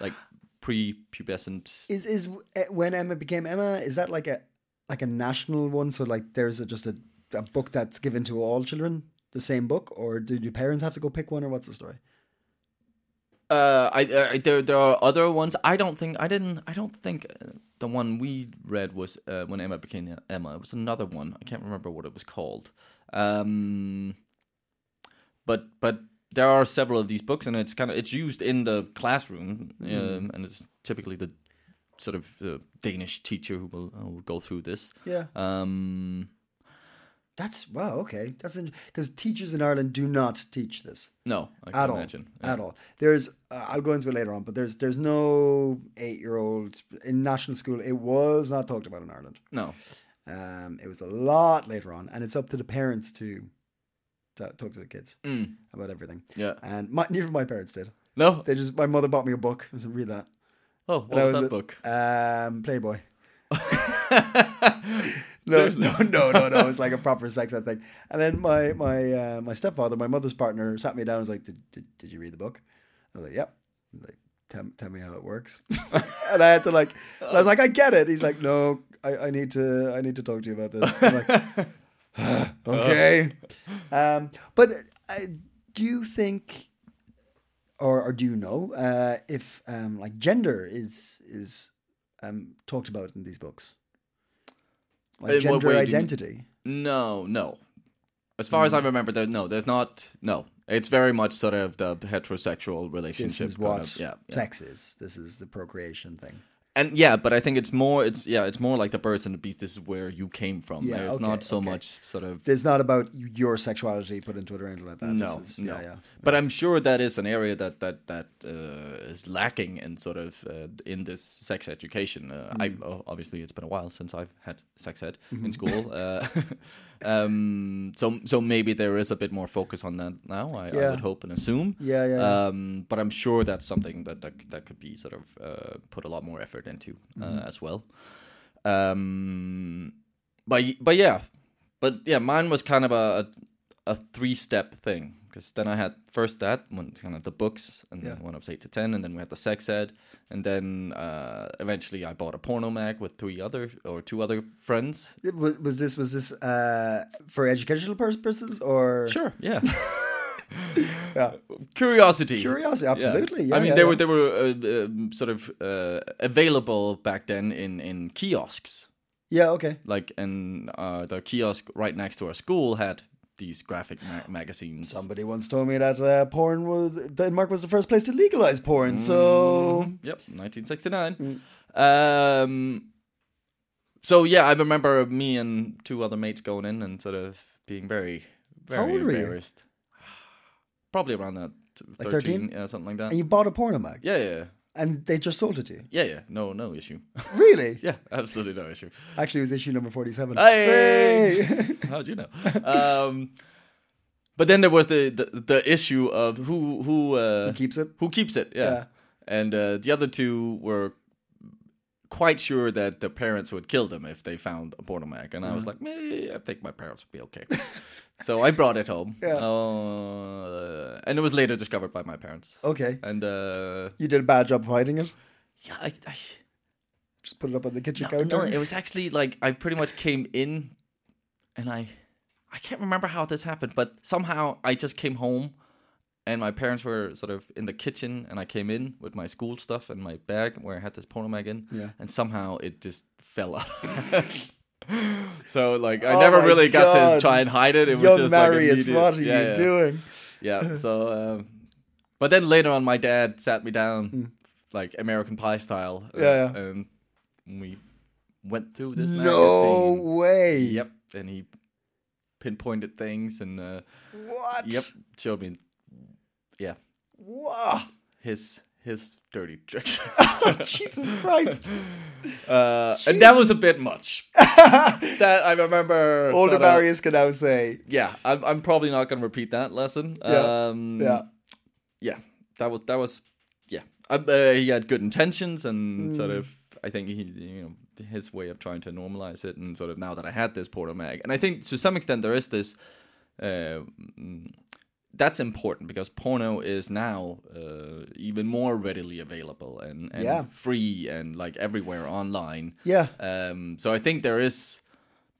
[SPEAKER 2] like pre-pubescent.
[SPEAKER 3] Is is eh, when Emma became Emma? Is that like a like a national one? So like there's a, just a, a book that's given to all children, the same book, or do your parents have to go pick one, or what's the story?
[SPEAKER 2] Uh, I, I there there are other ones. I don't think I didn't. I don't think uh, the one we read was uh, when Emma became Emma. It was another one. I can't remember what it was called. Um, but but there are several of these books, and it's kind of it's used in the classroom, um,
[SPEAKER 3] Mm-hmm.
[SPEAKER 2] and it's typically the sort of uh, Danish teacher who will, who will go through this.
[SPEAKER 3] Yeah,
[SPEAKER 2] Um,
[SPEAKER 3] that's wow. Okay, that's because teachers in Ireland do not teach this
[SPEAKER 2] no, I can
[SPEAKER 3] at all.
[SPEAKER 2] imagine.
[SPEAKER 3] At all. There's uh, I'll go into it later on, but there's there's no eight year old in national school. It was not talked about in Ireland.
[SPEAKER 2] No,
[SPEAKER 3] Um, it was a lot later on, and it's up to the parents to, to talk to the kids about everything.
[SPEAKER 2] Yeah.
[SPEAKER 3] and my, neither of my parents did.
[SPEAKER 2] no.
[SPEAKER 3] They just my mother bought me a book. I said, read that.
[SPEAKER 2] Oh, what
[SPEAKER 3] And I
[SPEAKER 2] was that
[SPEAKER 3] a-
[SPEAKER 2] book?
[SPEAKER 3] Um, Playboy. no, no, no, no, no. It's like a proper sex ed thing. And then my my uh, my stepfather, my mother's partner, sat me down. and was like, "Did did, did you read the book?" I was like, "Yep." He was like, tell, tell me how it works. and I had to like, and I was like, "I get it." He's like, "No, I, I need to I need to talk to you about this." I'm like,
[SPEAKER 2] Uh,
[SPEAKER 3] okay. Um, but uh, do you think, or, or do you know, uh, if um, like gender is is um, talked about in these books, like
[SPEAKER 2] In what
[SPEAKER 3] gender
[SPEAKER 2] way Uh, do you-
[SPEAKER 3] identity?
[SPEAKER 2] No, no. As far
[SPEAKER 3] Hmm.
[SPEAKER 2] as I remember, there no, there's not. No, it's very much sort of the heterosexual relationship.
[SPEAKER 3] This is
[SPEAKER 2] kind
[SPEAKER 3] what
[SPEAKER 2] of- yeah, yeah.
[SPEAKER 3] sex is. This is the procreation thing.
[SPEAKER 2] and yeah, but I think it's more. It's yeah, it's more like the birds and the bees. This is where you came from.
[SPEAKER 3] Yeah,
[SPEAKER 2] it's
[SPEAKER 3] okay,
[SPEAKER 2] not so
[SPEAKER 3] okay.
[SPEAKER 2] much sort of.
[SPEAKER 3] It's not about your sexuality put into it or anything like that.
[SPEAKER 2] no,
[SPEAKER 3] This is,
[SPEAKER 2] no.
[SPEAKER 3] Yeah, yeah.
[SPEAKER 2] But I'm sure that is an area that that that uh, is lacking in sort of uh, in this sex education. Uh,
[SPEAKER 3] Mm.
[SPEAKER 2] I o- obviously it's been a while since I've had sex ed in
[SPEAKER 3] Mm-hmm.
[SPEAKER 2] school. Uh, um, so so maybe there is a bit more focus on that now. I, I
[SPEAKER 3] Yeah.
[SPEAKER 2] would hope and assume.
[SPEAKER 3] Yeah, yeah, yeah.
[SPEAKER 2] Um, but I'm sure that's something that that, that could be sort of uh, put a lot more effort into
[SPEAKER 3] Mm-hmm.
[SPEAKER 2] uh, as well. Um, but y- but yeah, but yeah, mine was kind of a a three step thing because then I had first that one kind of the books and then
[SPEAKER 3] Yeah.
[SPEAKER 2] one up to eight to ten, and then we had the sex ed, and then uh, eventually I bought a porno mag with three other or two other friends.
[SPEAKER 3] It Was, was this was this uh, for educational purposes or
[SPEAKER 2] Sure, yeah.
[SPEAKER 3] Yeah.
[SPEAKER 2] Curiosity.
[SPEAKER 3] Curiosity,
[SPEAKER 2] Yeah.
[SPEAKER 3] absolutely. Yeah,
[SPEAKER 2] I mean,
[SPEAKER 3] yeah,
[SPEAKER 2] they
[SPEAKER 3] yeah.
[SPEAKER 2] were they were uh, um, sort of uh, available back then in in kiosks.
[SPEAKER 3] Yeah, okay.
[SPEAKER 2] Like, and uh, the kiosk right next to our school had these graphic ma- magazines.
[SPEAKER 3] Somebody once told me that uh, porn was Denmark was the first place to legalize porn. So
[SPEAKER 2] Yep, 1969.
[SPEAKER 3] Mm.
[SPEAKER 2] Um, so yeah, I remember me and two other mates going in and sort of being very,
[SPEAKER 3] How
[SPEAKER 2] very
[SPEAKER 3] old were you?
[SPEAKER 2] embarrassed. Probably around that t-
[SPEAKER 3] Like
[SPEAKER 2] 13,
[SPEAKER 3] 13?
[SPEAKER 2] yeah, something like that.
[SPEAKER 3] and you bought a porno mag,
[SPEAKER 2] yeah, yeah,
[SPEAKER 3] and they just sold it to you.
[SPEAKER 2] yeah, yeah. No, no issue.
[SPEAKER 3] Really?
[SPEAKER 2] yeah, absolutely no issue.
[SPEAKER 3] Actually, it was issue number forty-seven.
[SPEAKER 2] Hey!
[SPEAKER 3] Hey!
[SPEAKER 2] How'd you know? Um, but then there was the, the the issue of who who uh,
[SPEAKER 3] Keeps it.
[SPEAKER 2] who keeps it. Yeah. and uh, the other two were quite sure that the parents would kill them if they found a Bordermac. And I was like, Meh, I think my parents would be okay. so I brought it home. Uh, and it was later discovered by my parents.
[SPEAKER 3] Okay.
[SPEAKER 2] And uh,
[SPEAKER 3] You did a bad job of hiding it.
[SPEAKER 2] yeah, I, I,
[SPEAKER 3] Just put it up on the kitchen
[SPEAKER 2] no,
[SPEAKER 3] counter.
[SPEAKER 2] no, it was actually like I pretty much came in and I I can't remember how this happened, but somehow I just came home and my parents were sort of in the kitchen and I came in with my school stuff and my bag where I had this porno mag in.
[SPEAKER 3] Yeah.
[SPEAKER 2] And somehow it just fell out. so like I
[SPEAKER 3] Oh
[SPEAKER 2] never
[SPEAKER 3] my
[SPEAKER 2] really got to
[SPEAKER 3] God.
[SPEAKER 2] try and hide it. It was
[SPEAKER 3] Young
[SPEAKER 2] just
[SPEAKER 3] Marius,
[SPEAKER 2] like immediate-
[SPEAKER 3] what are
[SPEAKER 2] Yeah,
[SPEAKER 3] you
[SPEAKER 2] yeah.
[SPEAKER 3] doing?
[SPEAKER 2] Yeah. So, um, but then later on, my dad sat me down, like American Pie style. uh,
[SPEAKER 3] Hmm. Yeah, yeah.
[SPEAKER 2] And we went through this
[SPEAKER 3] No
[SPEAKER 2] magazine.
[SPEAKER 3] way.
[SPEAKER 2] Yep. And he pinpointed things and uh,
[SPEAKER 3] What?
[SPEAKER 2] yep, showed me. Yeah,
[SPEAKER 3] Wow.
[SPEAKER 2] his his dirty tricks.
[SPEAKER 3] Jesus Christ.
[SPEAKER 2] uh, and that was a bit much. that I remember.
[SPEAKER 3] Older
[SPEAKER 2] sort of-
[SPEAKER 3] Marius can now say.
[SPEAKER 2] Yeah, I'm, I'm probably not going to repeat that lesson.
[SPEAKER 3] Yeah,
[SPEAKER 2] Um,
[SPEAKER 3] Yeah.
[SPEAKER 2] yeah, that was that was yeah. Uh, uh, he had good intentions
[SPEAKER 3] Mm.
[SPEAKER 2] and sort of I think he you know his way of trying to normalize it and sort of now that I had this Porto Mag and I think to some extent there is this. Uh, mm, that's important because porno is now uh, even more readily available and, and
[SPEAKER 3] Yeah.
[SPEAKER 2] free and like everywhere online.
[SPEAKER 3] Yeah.
[SPEAKER 2] Um, so I think there is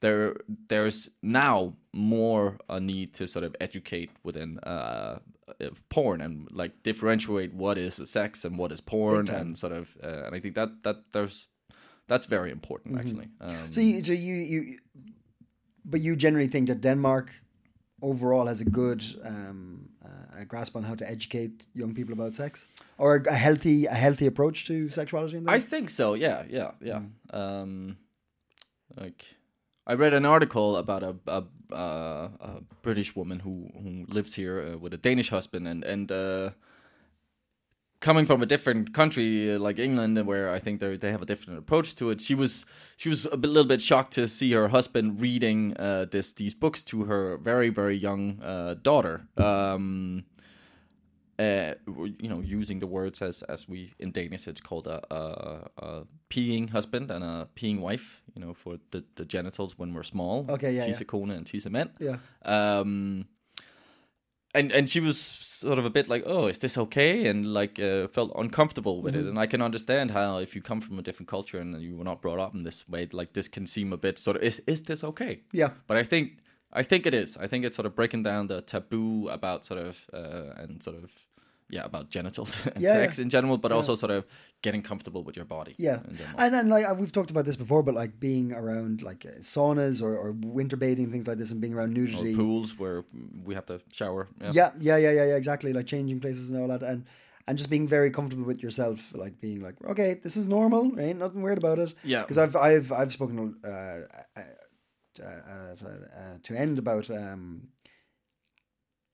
[SPEAKER 2] there there's now more a need to sort of educate within uh, uh, porn and like differentiate what is sex and what is porn and sort of uh, and I think that that there's that's very important actually. Um,
[SPEAKER 3] So you, so you, you, but you generally think that Denmark overall has a good um, uh, a grasp on how to educate young people about sex, or a, a healthy a healthy approach to sexuality. In
[SPEAKER 2] I
[SPEAKER 3] those?
[SPEAKER 2] think so. Yeah, yeah, yeah. Um, like I read an article about a a, uh, a British woman who who lives here uh, with a Danish husband and and uh, coming from a different country uh, like England where I think they they have a different approach to it. She was she was a bit- little bit shocked to see her husband reading uh, this these books to her very very young uh, daughter. Um, uh, w- you know, using the words as as we in Danish, it's called a, a, a peeing husband and a peeing wife. You know, for the, the genitals when we're small.
[SPEAKER 3] Okay, yeah,
[SPEAKER 2] Tisse
[SPEAKER 3] yeah.
[SPEAKER 2] kone and tisse mand.
[SPEAKER 3] Yeah.
[SPEAKER 2] Um, and and she was sort of a bit like, oh, is this okay? And like uh, felt uncomfortable with
[SPEAKER 3] Mm-hmm.
[SPEAKER 2] it. And I can understand how if you come from a different culture and you were not brought up in this way, like this can seem a bit sort of is is this okay?
[SPEAKER 3] Yeah.
[SPEAKER 2] But I think I think it is. I think it's sort of breaking down the taboo about sort of uh, and sort of yeah about genitals and
[SPEAKER 3] Yeah,
[SPEAKER 2] sex
[SPEAKER 3] yeah.
[SPEAKER 2] in general, but also sort of getting comfortable with your body.
[SPEAKER 3] Yeah,
[SPEAKER 2] in general.
[SPEAKER 3] and and like uh, we've talked about this before, but like being around like uh, saunas or, or winter bathing things like this, and being around
[SPEAKER 2] Or
[SPEAKER 3] nudity.
[SPEAKER 2] pools where we have to shower.
[SPEAKER 3] yeah, yeah, yeah, yeah, yeah, exactly. Like changing places and all that, and and just being very comfortable with yourself, like being like, okay, this is normal, right? Nothing weird about it.
[SPEAKER 2] Yeah.
[SPEAKER 3] because I've I've I've spoken uh, uh, uh, uh, to end about um,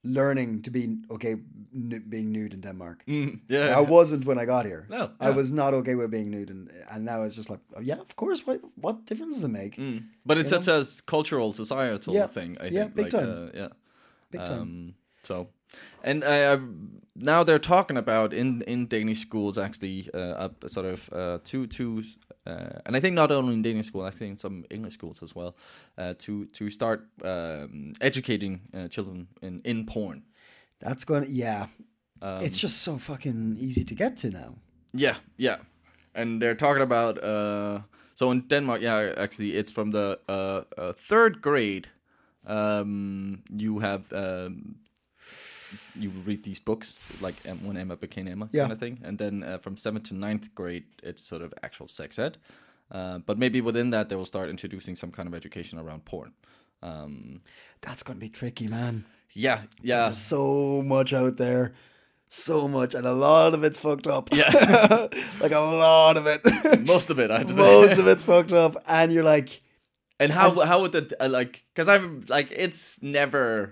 [SPEAKER 3] learning to be okay n- being nude in Denmark.
[SPEAKER 2] yeah.
[SPEAKER 3] I wasn't when I got here.
[SPEAKER 2] No,
[SPEAKER 3] I
[SPEAKER 2] Mm. Oh, yeah.
[SPEAKER 3] was not okay with being nude, and and now it's just like, oh, yeah, of course. What what difference does it make?
[SPEAKER 2] But it's such a cultural, societal
[SPEAKER 3] Yeah.
[SPEAKER 2] thing. I
[SPEAKER 3] Yeah,
[SPEAKER 2] think.
[SPEAKER 3] big time.
[SPEAKER 2] Uh, yeah,
[SPEAKER 3] Big time.
[SPEAKER 2] um, so, and uh, now they're talking about in in Danish schools actually uh, a sort of uh, two two, uh, and I think not only in Danish school, actually in some English schools as well, uh, to to start um, educating uh, children in in porn.
[SPEAKER 3] That's going. to Yeah,
[SPEAKER 2] um,
[SPEAKER 3] it's just so fucking easy to get to now.
[SPEAKER 2] Yeah, yeah. And they're talking about uh so in Denmark, yeah, actually it's from the uh, uh third grade um you have um you read these books like um, when Emma became Emma
[SPEAKER 3] Yeah.
[SPEAKER 2] kind of thing and then uh, from 7th to ninth grade it's sort of actual sex ed. Uh, but maybe within that they will start introducing some kind of education around porn. Um
[SPEAKER 3] That's going to be tricky, man.
[SPEAKER 2] yeah, yeah.
[SPEAKER 3] There's so much out there, so much, and a lot of it's fucked up.
[SPEAKER 2] Yeah.
[SPEAKER 3] like a lot of it.
[SPEAKER 2] Most of it, I have to say.
[SPEAKER 3] Most of it's fucked up, and you're like,
[SPEAKER 2] And how how would the uh, like? Because I'm like it's never,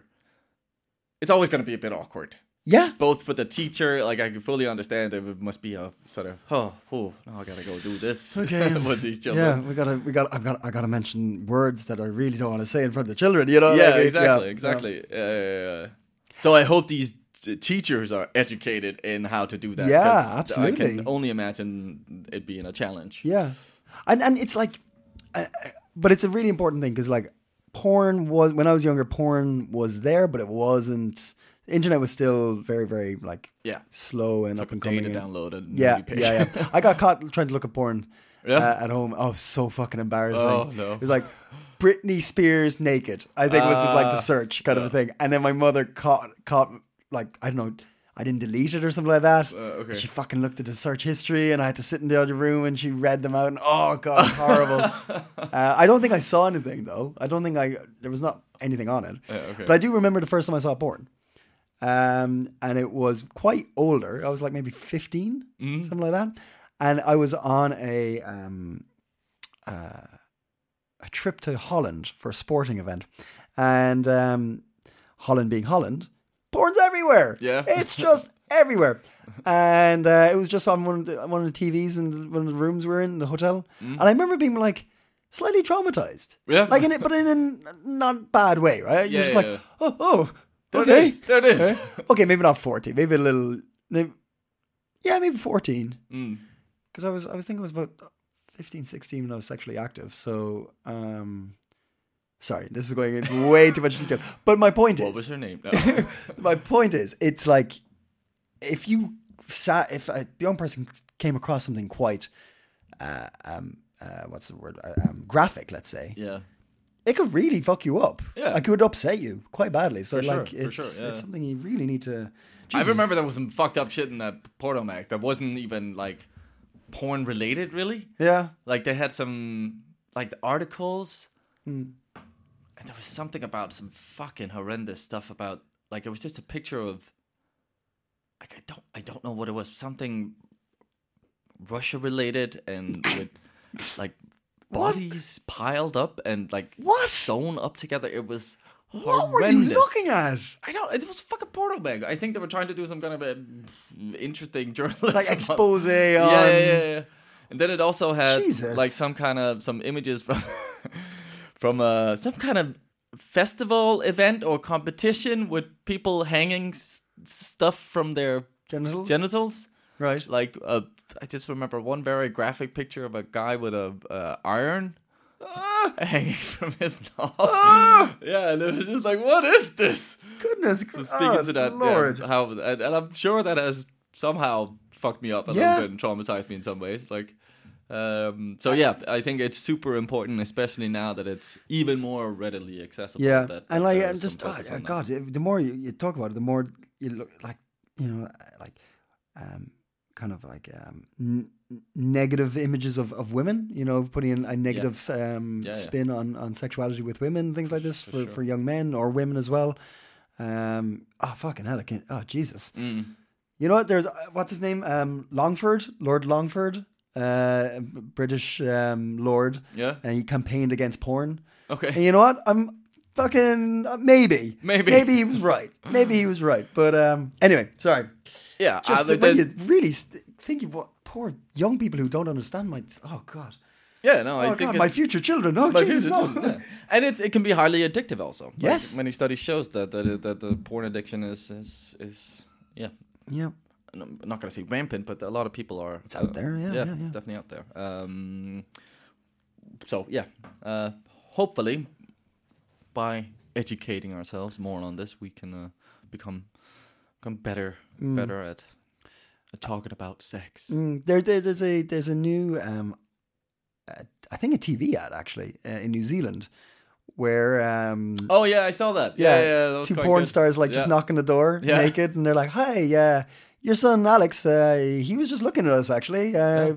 [SPEAKER 2] it's always going to be a bit awkward.
[SPEAKER 3] yeah,
[SPEAKER 2] Both for the teacher, like I can fully understand it, it must be a sort of oh, oh now I gotta go do this
[SPEAKER 3] Okay.
[SPEAKER 2] with these
[SPEAKER 3] yeah.
[SPEAKER 2] children.
[SPEAKER 3] We gotta, we gotta, I've got, I gotta mention words that I really don't want to say in front of the children. You know?
[SPEAKER 2] Yeah,
[SPEAKER 3] like, it-
[SPEAKER 2] exactly,
[SPEAKER 3] yeah.
[SPEAKER 2] exactly. Uh, so I hope these t- teachers are educated in how to do that.
[SPEAKER 3] Yeah,
[SPEAKER 2] 'cause I
[SPEAKER 3] absolutely.
[SPEAKER 2] can only imagine it being a challenge.
[SPEAKER 3] Yeah, and and it's like, I- I- but it's a really important thing because like, porn was when I was younger, porn was there, but it wasn't. Internet was still very very like
[SPEAKER 2] Yeah.
[SPEAKER 3] slow and up
[SPEAKER 2] Took a
[SPEAKER 3] and
[SPEAKER 2] day
[SPEAKER 3] coming.
[SPEAKER 2] to
[SPEAKER 3] in.
[SPEAKER 2] download a movie
[SPEAKER 3] yeah,
[SPEAKER 2] page.
[SPEAKER 3] yeah, yeah. I got caught trying to look at porn
[SPEAKER 2] Yeah?
[SPEAKER 3] uh, at home. Oh, so fucking embarrassing.
[SPEAKER 2] Oh, no.
[SPEAKER 3] It was like Britney Spears naked. I think was just like
[SPEAKER 2] Ah,
[SPEAKER 3] the search kind of a thing. And then my mother caught caught like I don't know. I didn't delete it or something like that.
[SPEAKER 2] Uh, okay.
[SPEAKER 3] She fucking looked at the search history, and I had to sit in the other room, and she read them out. And oh god, it's horrible. uh, I don't think I saw anything though. I don't think I there was not anything on it.
[SPEAKER 2] okay.
[SPEAKER 3] But I do remember the first time I saw porn um, and it was quite older. I was like maybe 15, something like that. And I was on a um, uh, a trip to Holland for a sporting event, and um, Holland being Holland, porn's everywhere.
[SPEAKER 2] Yeah.
[SPEAKER 3] it's just everywhere. And uh, it was just on one of the, one of the TVs in one of the rooms we were in the hotel, and I remember being like slightly traumatized.
[SPEAKER 2] Mm. Yeah.
[SPEAKER 3] like in it, but in a not bad way, right? You're
[SPEAKER 2] Yeah,
[SPEAKER 3] just
[SPEAKER 2] yeah,
[SPEAKER 3] like, oh, oh,
[SPEAKER 2] There
[SPEAKER 3] okay.
[SPEAKER 2] it is. There it is.
[SPEAKER 3] Okay. okay, maybe not 40. Maybe a little. Maybe, yeah, maybe 14.
[SPEAKER 2] Mm.
[SPEAKER 3] Because I was, I was thinking I was about 15, 16 when I was sexually active. So, um, sorry, this is going into way too much detail. But my point
[SPEAKER 2] What
[SPEAKER 3] is,
[SPEAKER 2] was her name? Oh, No.
[SPEAKER 3] my point is, it's like if you sat, if a young person came across something quite, uh, um, uh, what's the word, Uh, um, graphic, let's say,
[SPEAKER 2] yeah.
[SPEAKER 3] it could really fuck you up.
[SPEAKER 2] Yeah.
[SPEAKER 3] Like it would upset you quite badly. So
[SPEAKER 2] For sure,
[SPEAKER 3] like
[SPEAKER 2] for
[SPEAKER 3] it's
[SPEAKER 2] sure, yeah.
[SPEAKER 3] it's something you really need to
[SPEAKER 2] I remember there was some fucked up shit in that Portal Mac that wasn't even like porn related, really.
[SPEAKER 3] Yeah.
[SPEAKER 2] Like they had some like the articles,
[SPEAKER 3] Hmm.
[SPEAKER 2] and there was something about some fucking horrendous stuff about like it was just a picture of like I don't I don't know what it was something Russia related and with like bodies piled up and like
[SPEAKER 3] What?
[SPEAKER 2] sewn up together. It was
[SPEAKER 3] What were you
[SPEAKER 2] horrendous.
[SPEAKER 3] looking at?
[SPEAKER 2] I don't. It was fucking portal bag. I think they were trying to do some kind of a interesting journalism,
[SPEAKER 3] Like expose on
[SPEAKER 2] Yeah, yeah, yeah, yeah. And then it also had
[SPEAKER 3] Jesus.
[SPEAKER 2] like some kind of some images from from uh, some kind of festival event or competition with people hanging s- stuff from their
[SPEAKER 3] genitals.
[SPEAKER 2] genitals.
[SPEAKER 3] Right.
[SPEAKER 2] Like uh, I just remember one very graphic picture of a guy with a uh, iron.
[SPEAKER 3] Ah!
[SPEAKER 2] hanging from his knob. yeah, and it was just like, what is this?
[SPEAKER 3] Goodness.
[SPEAKER 2] So speaking
[SPEAKER 3] oh,
[SPEAKER 2] to that, yeah,
[SPEAKER 3] Lord.
[SPEAKER 2] how and, and I'm sure that has somehow fucked me up a
[SPEAKER 3] Yeah.
[SPEAKER 2] little bit and traumatized me in some ways. Like, um, so yeah, I think it's super important, especially now that it's even more readily accessible.
[SPEAKER 3] Yeah,
[SPEAKER 2] that, that
[SPEAKER 3] and like,
[SPEAKER 2] there
[SPEAKER 3] and
[SPEAKER 2] is some
[SPEAKER 3] just oh,
[SPEAKER 2] focus on that.
[SPEAKER 3] God, if- the more you, you talk about it, the more you look like you know, uh, like, um, kind of like um, n- n- negative images of, of women. You know, putting in a negative um,
[SPEAKER 2] Yeah, yeah.
[SPEAKER 3] spin on on sexuality with women, things like this for for, young men or women as well. Um, oh fucking hell! I can't, oh Jesus!
[SPEAKER 2] Mm.
[SPEAKER 3] You know what? There's uh, what's his name? Um, Longford, Lord Longford, uh, British um, lord.
[SPEAKER 2] Yeah.
[SPEAKER 3] and he campaigned against porn.
[SPEAKER 2] Okay.
[SPEAKER 3] And you know what? I'm fucking uh, maybe,
[SPEAKER 2] Maybe.
[SPEAKER 3] maybe he was right. Maybe he was right. But um, anyway, sorry.
[SPEAKER 2] yeah,
[SPEAKER 3] Just
[SPEAKER 2] uh,
[SPEAKER 3] the-
[SPEAKER 2] but
[SPEAKER 3] when
[SPEAKER 2] that-
[SPEAKER 3] you really st- think of what poor young people who don't understand my oh god,
[SPEAKER 2] yeah, no, I
[SPEAKER 3] oh
[SPEAKER 2] think
[SPEAKER 3] god,
[SPEAKER 2] it's-
[SPEAKER 3] my future children. Oh
[SPEAKER 2] But
[SPEAKER 3] Jesus,
[SPEAKER 2] here's
[SPEAKER 3] no.
[SPEAKER 2] the thing, yeah. And it's it can be highly addictive also. Like,
[SPEAKER 3] Yes.
[SPEAKER 2] many studies shows that that that the porn addiction is is is yeah.
[SPEAKER 3] yeah,
[SPEAKER 2] and I'm not gonna say rampant, but a lot of people are. It's
[SPEAKER 3] out there, yeah, yeah, yeah.
[SPEAKER 2] it's definitely out there. Um, so yeah, uh, hopefully, by educating ourselves more on this, we can uh, become become better better at, at talking about sex.
[SPEAKER 3] Mm, there, there, there's a there's a new um, uh, I think a TV ad actually uh, in New Zealand where um.
[SPEAKER 2] Oh yeah, I saw that. Yeah, yeah, that was
[SPEAKER 3] two
[SPEAKER 2] quite
[SPEAKER 3] porn
[SPEAKER 2] good.
[SPEAKER 3] stars like just
[SPEAKER 2] Yeah.
[SPEAKER 3] knocking the door
[SPEAKER 2] Yeah.
[SPEAKER 3] naked, and they're like, "Hi, uh, your son Alex, uh, he was just looking at us actually uh,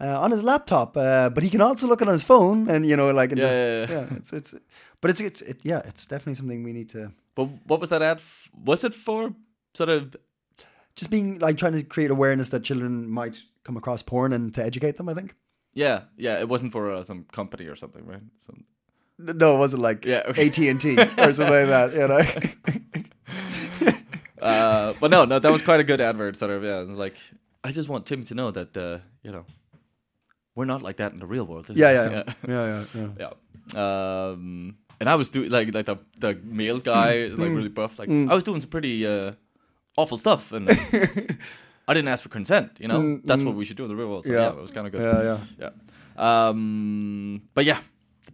[SPEAKER 3] uh, on his laptop, uh, but he can also look it on his phone, and you know, like, and
[SPEAKER 2] Yeah,
[SPEAKER 3] just,
[SPEAKER 2] yeah, yeah.
[SPEAKER 3] it's, it's, but it's, it's, it, yeah, it's definitely something we need to
[SPEAKER 2] But what was that ad? f- Was it for sort of?
[SPEAKER 3] just being like trying to create awareness that children might come across porn and to educate them. I think
[SPEAKER 2] Yeah, yeah. It wasn't for uh, some company or something, right? Some,
[SPEAKER 3] N- no, it wasn't like
[SPEAKER 2] Yeah, okay.
[SPEAKER 3] AT and T or something like that, you know.
[SPEAKER 2] Uh, but no, no, that was quite a good advert. Sort of, yeah. It's like, I just want Tim to know that uh, you know we're not like that in the real world. is
[SPEAKER 3] yeah,
[SPEAKER 2] it?
[SPEAKER 3] yeah, yeah, yeah, yeah.
[SPEAKER 2] yeah. Um,
[SPEAKER 3] Mm.
[SPEAKER 2] and I was doing like like the the male guy, like really buff. Like I was doing some pretty uh, awful stuff, and uh, I didn't ask for consent. You know, that's what we should do in the real world. So, yeah.
[SPEAKER 3] Mm, Yeah.
[SPEAKER 2] it was kind of good.
[SPEAKER 3] Yeah,
[SPEAKER 2] yeah, yeah. Um, but yeah,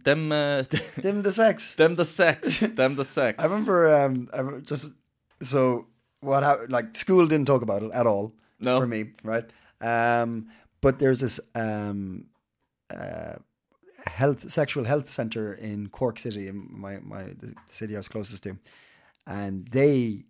[SPEAKER 2] them, uh,
[SPEAKER 3] Dim the sex.
[SPEAKER 2] them, the sex, them, the sex.
[SPEAKER 3] I remember um, I remember just so what happened. Like school didn't talk about it at all
[SPEAKER 2] No.
[SPEAKER 3] for me, right? Um, but there's this um, uh, health sexual health center in Cork City, in my my the city I was closest to, and they.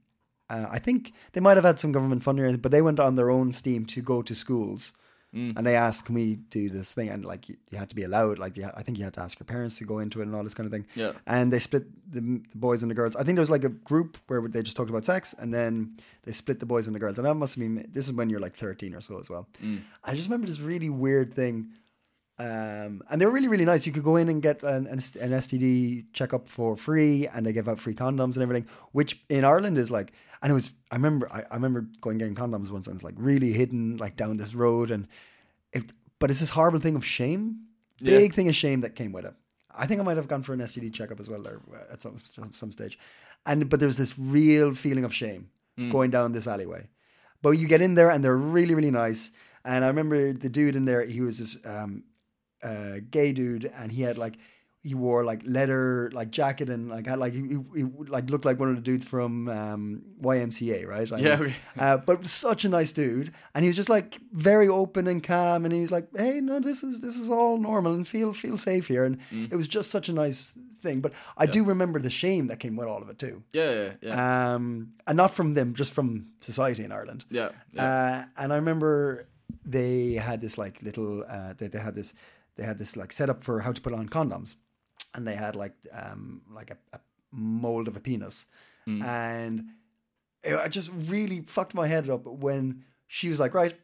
[SPEAKER 3] Uh, I think they might have had some government funding, or anything, but they went on their own steam to go to schools, and they asked, "Can we do this thing?" And like, you, you had to be allowed. Like, you, ha- I think you had to ask your parents to go into it and all this kind of thing
[SPEAKER 2] Yeah.
[SPEAKER 3] and they split the, the boys and the girls. I think there was like a group where they just talked about sex, and then they split the boys and the girls. And that must have been this is when you're like 13 or so as well. I just remember this really weird thing, um, and they were really really nice. You could go in and get an, an S- an STD checkup for free, and they give out free condoms and everything, which in Ireland is like. And it was I remember I, I remember going getting condoms once, and it's like really hidden like down this road, and if but it's this horrible thing of shame, big thing of shame that came with it. I think I might have gone for an STD checkup as well there uh, at some some stage, and but there's this real feeling of shame going down this alleyway. But you get in there and they're really really nice. And I remember the dude in there. He was this um, uh, gay dude, and he had like he wore like leather like jacket and like had like he, he, he like looked like one of the dudes from um, YMCA, right? Like,
[SPEAKER 2] Yeah, okay.
[SPEAKER 3] uh, but such a nice dude, and he was just like very open and calm, and he was like, "Hey, no, this is this is all normal, and feel feel safe here." And
[SPEAKER 2] Mm.
[SPEAKER 3] it was just such a nice thing. But I do remember the shame that came with all of it too,
[SPEAKER 2] Yeah, yeah, yeah.
[SPEAKER 3] um, and not from them, just from society in Ireland.
[SPEAKER 2] yeah, yeah.
[SPEAKER 3] Uh, and I remember they had this like little uh, they, they had this they had this like setup for how to put on condoms, and they had like um, like a, a mold of a penis,
[SPEAKER 2] Mm.
[SPEAKER 3] and it, it just really fucked my head up when she was like, right,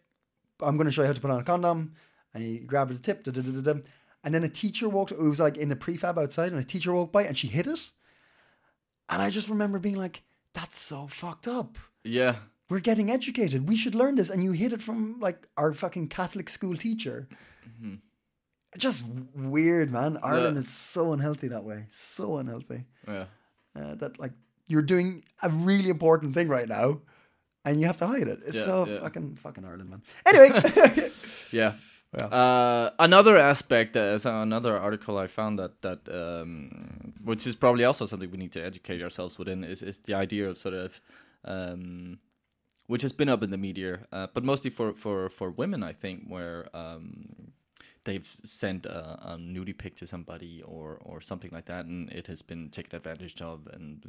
[SPEAKER 3] I'm going to show you how to put on a condom, and you grab the tip, da, da, da, da, da. and then a teacher walked. It was like in a prefab outside, and a teacher walked by, and she hit it, and I just remember being like, that's so fucked up
[SPEAKER 2] yeah.
[SPEAKER 3] we're getting educated. We should learn this. And you hid it from like our fucking Catholic school teacher. Just weird, man. Ireland
[SPEAKER 2] Mm-hmm. Yeah.
[SPEAKER 3] is so unhealthy that way. So unhealthy.
[SPEAKER 2] Yeah.
[SPEAKER 3] Uh, that like you're doing a really important thing right now and you have to hide it. It's
[SPEAKER 2] Yeah,
[SPEAKER 3] so
[SPEAKER 2] yeah.
[SPEAKER 3] fucking fucking Ireland, man. Anyway.
[SPEAKER 2] Yeah. Uh, another aspect, uh, is another article I found that that um, which is probably also something we need to educate ourselves within is is the idea of sort of um, which has been up in the media, uh, but mostly for for for women, I think, where um, they've sent a, a nudie pic to somebody or or something like that, and it has been taken advantage of and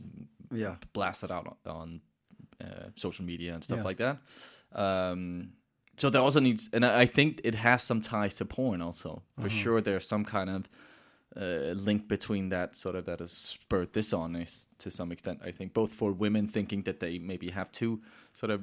[SPEAKER 3] yeah.
[SPEAKER 2] blasted out on uh, social media and stuff
[SPEAKER 3] Yeah.
[SPEAKER 2] like that. Um, so there also needs, and I I think it has some ties to porn also. For sure, there's some kind of uh, link between that sort of that has spurred this on is, to some extent. I think both for women thinking that they maybe have to sort of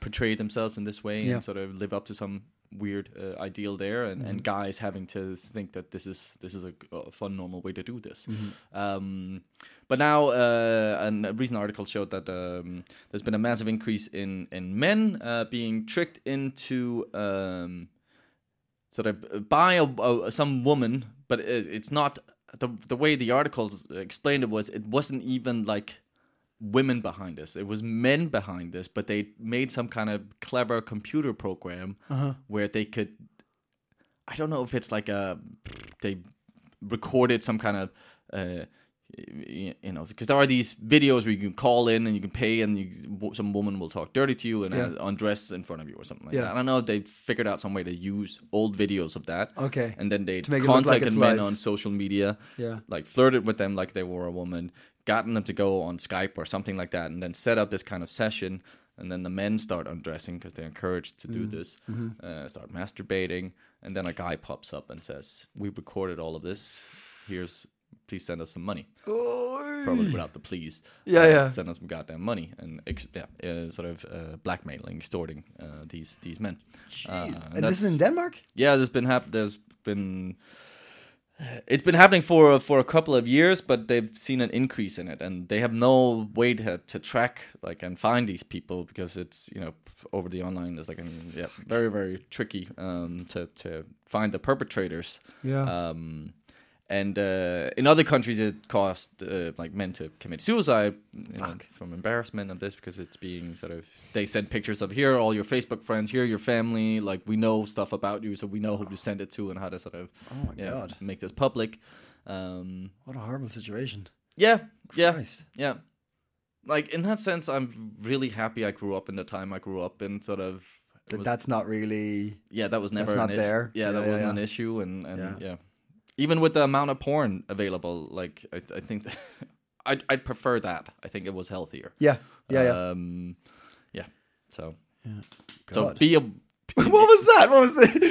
[SPEAKER 2] portray themselves in this way
[SPEAKER 3] Yeah.
[SPEAKER 2] and sort of live up to some weird uh, ideal there and, and guys having to think that this is this is a, g- a fun normal way to do this um, but now uh, an- a recent article showed that um, there's been a massive increase in in men uh, being tricked into um, sort of by a, a- some woman, but it, it's not the the way the articles explained it was it wasn't even like women behind this. It was men behind this, but they made some kind of clever computer program
[SPEAKER 3] Uh-huh.
[SPEAKER 2] where they could. I don't know if it's like a they recorded some kind of. Uh, y- you know, because there are these videos where you can call in and you can pay, and you, some woman will talk dirty to you and
[SPEAKER 3] Yeah.
[SPEAKER 2] uh, undress in front of you or something like
[SPEAKER 3] Yeah.
[SPEAKER 2] that. I don't know if they figured out some way to use old videos of that.
[SPEAKER 3] Okay.
[SPEAKER 2] And then they
[SPEAKER 3] To make it look like
[SPEAKER 2] contacted
[SPEAKER 3] it's
[SPEAKER 2] men
[SPEAKER 3] live.
[SPEAKER 2] on social media.
[SPEAKER 3] Yeah.
[SPEAKER 2] Like flirted with them like they were a woman, gotten them to go on Skype or something like that, and then set up this kind of session. And then the men start undressing because they're encouraged to
[SPEAKER 3] Mm-hmm.
[SPEAKER 2] do this, uh, start masturbating. And then a guy pops up and says, We recorded all of this. Here's, please send us some money probably without the please.
[SPEAKER 3] Yeah,
[SPEAKER 2] uh,
[SPEAKER 3] yeah.
[SPEAKER 2] Send us some goddamn money and ex- yeah, uh, sort of uh, blackmailing, extorting uh, these these men. Uh,
[SPEAKER 3] and this is in
[SPEAKER 2] that's-
[SPEAKER 3] Denmark?
[SPEAKER 2] yeah, there's been hap- there's been it's been happening for for a couple of years, but they've seen an increase in it, and they have no way to, to track like and find these people because it's you know over the online is like an, yeah very very tricky um, to to find the perpetrators.
[SPEAKER 3] Yeah.
[SPEAKER 2] Um, And uh, in other countries, it caused uh, like men to commit suicide you know, from embarrassment of this because it's being sort of they send pictures of here are all your Facebook friends, here are your family, like we know stuff about you, so we know who to send it to and how to sort of
[SPEAKER 3] Oh my God.
[SPEAKER 2] make this public. Um,
[SPEAKER 3] What a horrible situation.
[SPEAKER 2] yeah, yeah,
[SPEAKER 3] Christ.
[SPEAKER 2] yeah. Like in that sense, I'm really happy I grew up in the time I grew up in. Sort of, it
[SPEAKER 3] That
[SPEAKER 2] was-
[SPEAKER 3] that's not really.
[SPEAKER 2] yeah, that was never
[SPEAKER 3] not
[SPEAKER 2] an issue.
[SPEAKER 3] there.
[SPEAKER 2] Yeah, that
[SPEAKER 3] Yeah,
[SPEAKER 2] wasn't
[SPEAKER 3] yeah.
[SPEAKER 2] an issue, and and yeah.
[SPEAKER 3] Yeah.
[SPEAKER 2] even with the amount of porn available, like I, th- I think that I'd I'd prefer that. I think it was healthier.
[SPEAKER 3] Yeah, yeah, yeah.
[SPEAKER 2] Um, yeah. So, so
[SPEAKER 3] God.
[SPEAKER 2] be a
[SPEAKER 3] what was that? What was the?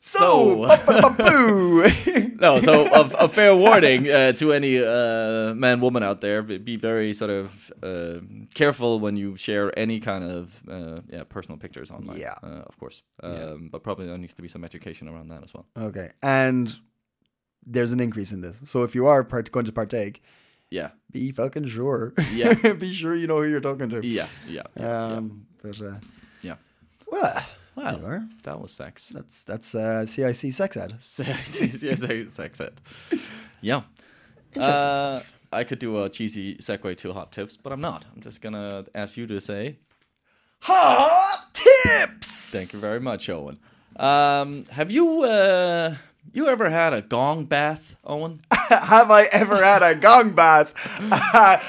[SPEAKER 3] so,
[SPEAKER 2] So-
[SPEAKER 3] boo.
[SPEAKER 2] no. So of a fair warning uh, to any uh, man woman out there: be, be very sort of uh, careful when you share any kind of uh, yeah personal pictures online.
[SPEAKER 3] Yeah.
[SPEAKER 2] uh, of course. Um, But probably there needs to be some education around that as well.
[SPEAKER 3] okay, and there's an increase in this. So if you are part- going to partake,
[SPEAKER 2] Yeah,
[SPEAKER 3] be fucking sure.
[SPEAKER 2] Yeah.
[SPEAKER 3] be sure you know who you're talking to.
[SPEAKER 2] yeah, yeah, yeah. yeah.
[SPEAKER 3] Um, but uh,
[SPEAKER 2] Yeah.
[SPEAKER 3] well,
[SPEAKER 2] Wow.
[SPEAKER 3] there are.
[SPEAKER 2] That was sex.
[SPEAKER 3] that's that's uh, CIC sex ed.
[SPEAKER 2] Sex. yes, sex- sex ed. Yeah.
[SPEAKER 3] Interesting
[SPEAKER 2] Uh, I could do a cheesy segue to hot tips, but I'm not. I'm just going to ask you to say
[SPEAKER 3] Hot tips.
[SPEAKER 2] thank you very much, Owen. Um, have you uh, you ever had a gong bath, Owen?
[SPEAKER 3] Have I ever had a gong bath? Uh,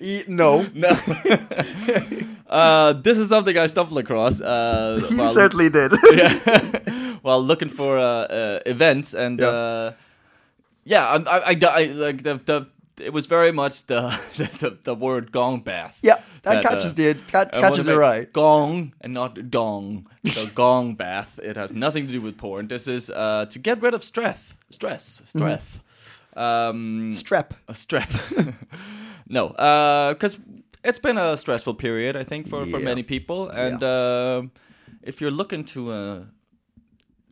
[SPEAKER 3] E- no.
[SPEAKER 2] No. uh, this is something I stumbled across. Uh,
[SPEAKER 3] You
[SPEAKER 2] while-
[SPEAKER 3] certainly did.
[SPEAKER 2] yeah. while looking for uh, uh, events and yeah, uh, yeah I, I, I, I like the, the it was very much the the, the word gong bath. uh,
[SPEAKER 3] Yeah, that catches the- that
[SPEAKER 2] I
[SPEAKER 3] catches the
[SPEAKER 2] wanna make
[SPEAKER 3] right.
[SPEAKER 2] Gong and not dong. So gong bath. It has nothing to do with porn. This is uh, to get rid of stress. Stress.
[SPEAKER 3] Mm-hmm.
[SPEAKER 2] Stress. Um,
[SPEAKER 3] Strep.
[SPEAKER 2] a strep. no, because it's been a stressful period, I think, for, for
[SPEAKER 3] Yeah.
[SPEAKER 2] many people. And um if you're looking to uh,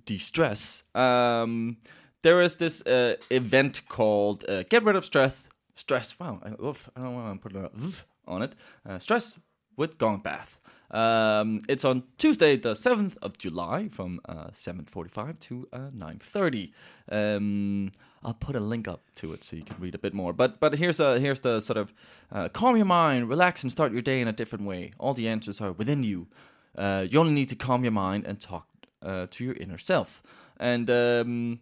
[SPEAKER 2] de stress, um, there is this uh, event called uh, Get Rid of Stress. Stress. Wow, I, oof, I don't want to put a v on it. Uh, stress with Gong Bath. Um, it's on Tuesday, the seventh of July, from uh, seven forty-five to uh, nine thirty. Um, I'll put a link up to it so you can read a bit more. But but here's a, here's the sort of uh, calm your mind, relax, and start your day in a different way. All the answers are within you. Uh, you only need to calm your mind and talk uh, to your inner self. And um,